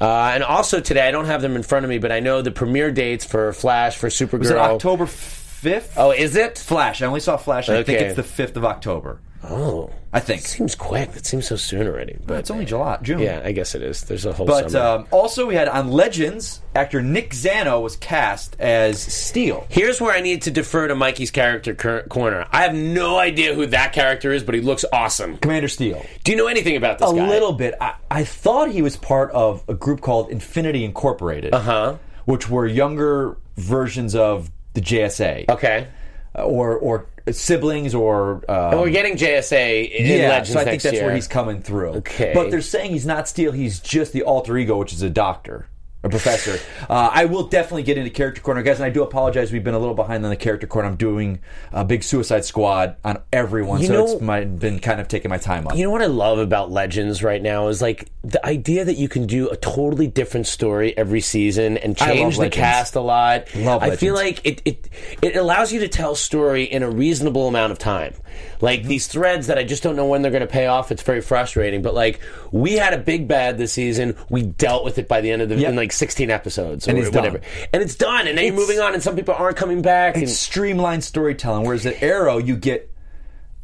Speaker 4: Uh, and also today, I don't have them in front of me, but I know the premiere dates for Flash for Supergirl.
Speaker 2: Was it October fifth?
Speaker 4: Oh, is it?
Speaker 2: Flash. I only saw Flash. and I think
Speaker 4: Okay.
Speaker 2: it's the fifth of October.
Speaker 4: Oh,
Speaker 2: I think.
Speaker 4: seems quick. It seems so soon already. But
Speaker 2: It's only July, June.
Speaker 4: yeah, I guess it is. There's a whole.
Speaker 2: But
Speaker 4: summer.
Speaker 2: um, also, we had on Legends actor Nick Zano was cast as Steel.
Speaker 4: here's where I need to defer to Mikey's character cor- corner. I have no idea who that character is, but he looks awesome.
Speaker 2: Commander Steel.
Speaker 4: Do you know anything about this
Speaker 2: A
Speaker 4: guy?
Speaker 2: little bit. I, I thought he was part of a group called Infinity Incorporated, uh-huh. which were younger versions of the JSA,
Speaker 4: Okay.
Speaker 2: or or siblings, or um,
Speaker 4: We're getting JSA in
Speaker 2: yeah.
Speaker 4: Legends
Speaker 2: so I think
Speaker 4: next
Speaker 2: that's
Speaker 4: year.
Speaker 2: where he's coming through.
Speaker 4: Okay.
Speaker 2: but they're saying he's not Steel. He's just the alter ego, which is a doctor. A professor. Uh, I will definitely get into character corner, guys, and I do apologize. We've been a little behind on the character corner. I'm doing a big Suicide Squad on everyone,
Speaker 4: You
Speaker 2: so
Speaker 4: know-
Speaker 2: it's my, been kind of taking my time up.
Speaker 4: You know what I love about Legends right now is like the idea that you can do a totally different story every season and
Speaker 2: I love
Speaker 4: change the
Speaker 2: Legends.
Speaker 4: cast a lot.
Speaker 2: Love
Speaker 4: I feel
Speaker 2: Legends.
Speaker 4: like it, it it allows you to tell story in a reasonable amount of time. Like these threads that I just don't know when they're going to pay off. It's very frustrating. But like we had a big bad this season. We dealt with it by the end of the
Speaker 2: Yep.
Speaker 4: in like sixteen episodes or
Speaker 2: And it's done.
Speaker 4: whatever. And it's done. And now you're moving on. And some people aren't coming back.
Speaker 2: it's
Speaker 4: And,
Speaker 2: streamlined storytelling. Whereas at Arrow, you get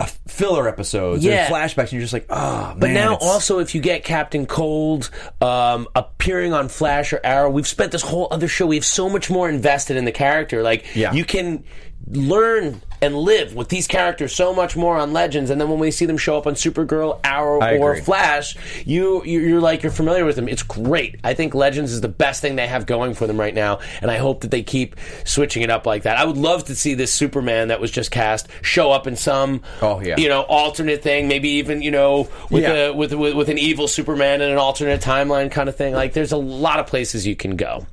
Speaker 2: a f- filler episodes
Speaker 4: Yeah.
Speaker 2: and flashbacks, and you're just like, oh,
Speaker 4: But now, also, if you get Captain Cold um, appearing on Flash or Arrow, we've spent this whole other show. We have so much more invested in the character. Like,
Speaker 2: Yeah.
Speaker 4: you can learn and live with these characters so much more on Legends. And then when we see them show up on Supergirl, Arrow,
Speaker 2: I
Speaker 4: or
Speaker 2: agree.
Speaker 4: Flash, you you- you're like you're familiar with them. It's great. I think Legends is the best thing they have going for them right now, and I hope that they keep switching it up like that. I would love to see this Superman that was just cast show up in some
Speaker 2: Oh, yeah.
Speaker 4: you know alternate thing, maybe even you know with
Speaker 2: Yeah.
Speaker 4: a with, with with an evil Superman in an alternate timeline kind of thing. Like there's a lot of places you can go.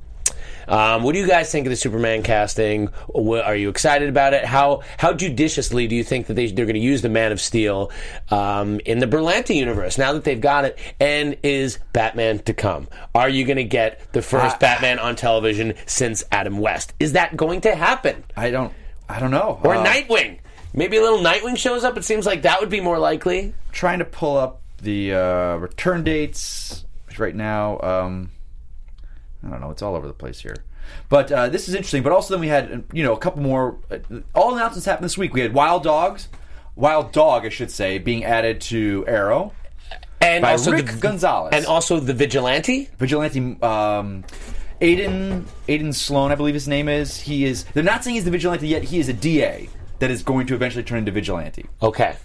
Speaker 4: Um, what do you guys think of the Superman casting? What, are you excited about it? How how judiciously do you think that they, they're going to use the Man of Steel um, in the Berlanti universe now that they've got it? And is Batman to come? Are you going to get the first Batman on television since Adam West? Is that going to happen?
Speaker 2: I don't, I don't know.
Speaker 4: Or
Speaker 2: Uh,
Speaker 4: Nightwing? Maybe a little Nightwing shows up. It seems like that would be more likely.
Speaker 2: Trying to pull up the uh, return dates right now. Um, I don't know. It's all over the place here. But uh, this is interesting. But also, then we had you know a couple more. Uh, all announcements happened this week. We had Wild Dogs, Wild Dog, I should say, being added to Arrow.
Speaker 4: And
Speaker 2: By
Speaker 4: also
Speaker 2: Rick
Speaker 4: the,
Speaker 2: Gonzalez.
Speaker 4: And also the Vigilante.
Speaker 2: vigilante um Aiden Aiden Sloan, I believe his name is. He is they're not saying he's the vigilante yet, he is a DA that is going to eventually turn into vigilante.
Speaker 4: Okay.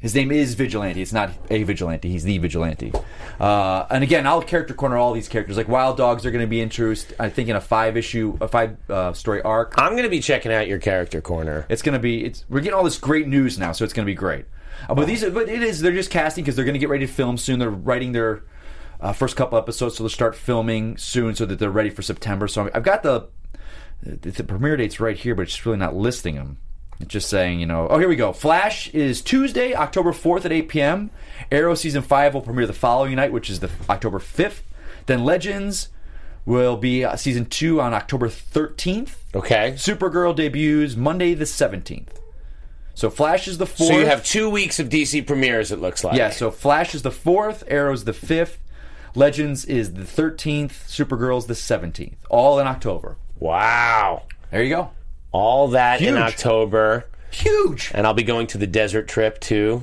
Speaker 2: His name is Vigilante. It's not a vigilante. He's the vigilante. Uh, and again, I'll character corner all these characters. Like Wild Dogs are going to be introduced. I think in a five issue, a five uh, story arc.
Speaker 4: I'm going to be checking out your character corner.
Speaker 2: It's going to be. It's we're getting all this great news now, so it's going to be great. Uh, but these, are, but it is. They're just casting because they're going to get ready to film soon. They're writing their uh, first couple episodes, so they'll start filming soon, so that they're ready for September. So I'm- I've got the the, the premiere dates right here, but it's just really not listing them. It's just saying, you know, oh, here we go. Flash is Tuesday, October 4th at 8 p.m. Arrow season 5 will premiere the following night, which is the October 5th. Then Legends will be uh, season 2 on October 13th.
Speaker 4: Okay.
Speaker 2: Supergirl debuts Monday the 17th. So Flash is the 4th.
Speaker 4: So you have two weeks of DC premieres. It looks like.
Speaker 2: Yeah, so Flash is the 4th, Arrow's the 5th. Legends is the 13th, Supergirl's the 17th, all in October.
Speaker 4: Wow.
Speaker 2: There you go.
Speaker 4: All that in
Speaker 2: Huge.
Speaker 4: October.
Speaker 2: Huge.
Speaker 4: And I'll be going to the desert trip too.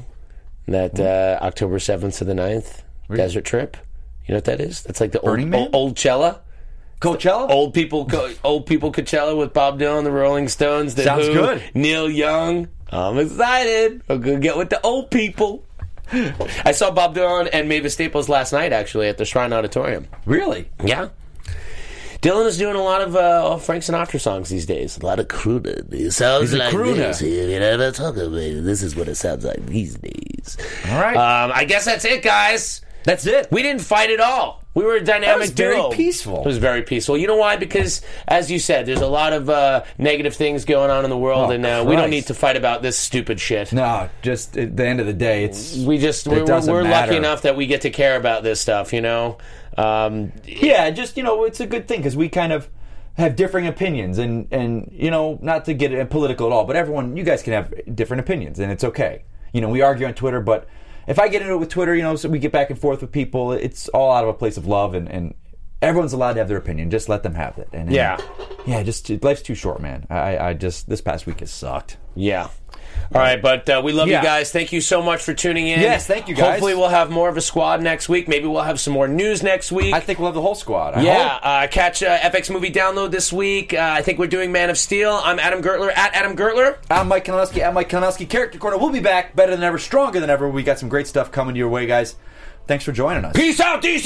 Speaker 2: Hmm.
Speaker 4: That uh, October 7th to the 9th. Desert trip. You know what that is? That's like the old,
Speaker 2: Burning Man?
Speaker 4: old, old Cella.
Speaker 2: Coachella?
Speaker 4: Old people, co- old people Coachella with Bob Dylan, the Rolling Stones, the
Speaker 2: Sounds
Speaker 4: Who,
Speaker 2: good.
Speaker 4: Neil Young. I'm excited. I'm gonna get with the old people. I saw Bob Dylan and Mavis Staples last night, actually, at the Shrine Auditorium.
Speaker 2: Really?
Speaker 4: Yeah. Dylan is doing a lot of uh, Frank Sinatra songs these days.
Speaker 6: A lot of crooner. It sounds
Speaker 2: a
Speaker 6: like
Speaker 2: crooner.
Speaker 6: this. If you never talk about it, this is what it sounds like these days.
Speaker 2: All right.
Speaker 4: Um, I guess that's it, guys.
Speaker 2: That's it.
Speaker 4: We didn't fight at all. We were a dynamic
Speaker 2: That was very
Speaker 4: duo.
Speaker 2: peaceful.
Speaker 4: It was very peaceful. You know why? Because, as you said, there's a lot of uh, negative things going on in the world,
Speaker 2: Oh,
Speaker 4: and uh, we
Speaker 2: Christ.
Speaker 4: don't need to fight about this stupid shit.
Speaker 2: no, just at the end of the day, it's.
Speaker 4: We just
Speaker 2: It
Speaker 4: we're, we're,
Speaker 2: doesn't
Speaker 4: we're
Speaker 2: matter.
Speaker 4: lucky enough that we get to care about this stuff. You know, um,
Speaker 2: yeah, just you know, it's a good thing because we kind of have differing opinions, and and you know, not to get it political at all, but everyone, you guys can have different opinions, and it's okay. You know, we argue on Twitter, but if I get into it with Twitter, you know, so we get back and forth with people. It's all out of a place of love, and and everyone's allowed to have their opinion. Just let them have it. And, and-
Speaker 4: Yeah.
Speaker 2: yeah, just life's too short, man. I I just this past week has sucked.
Speaker 4: yeah. All right, but uh, we love
Speaker 2: Yeah.
Speaker 4: you guys. Thank you so much for tuning in.
Speaker 2: Yes, thank you, guys.
Speaker 4: Hopefully, we'll have more of a squad next week. Maybe we'll have some more news next week.
Speaker 2: I think we'll have the whole squad. I
Speaker 4: Yeah,
Speaker 2: hope.
Speaker 4: uh, catch uh, FX Movie Download this week. Uh, I think we're doing Man of Steel. I'm Adam Gertler at Adam Gertler.
Speaker 2: I'm Mike Kalinowski at Mike Kalinowski Character Corner. We'll be back better than ever, stronger than ever. We got some great stuff coming your way, guys. Thanks for joining us.
Speaker 4: Peace out, DC.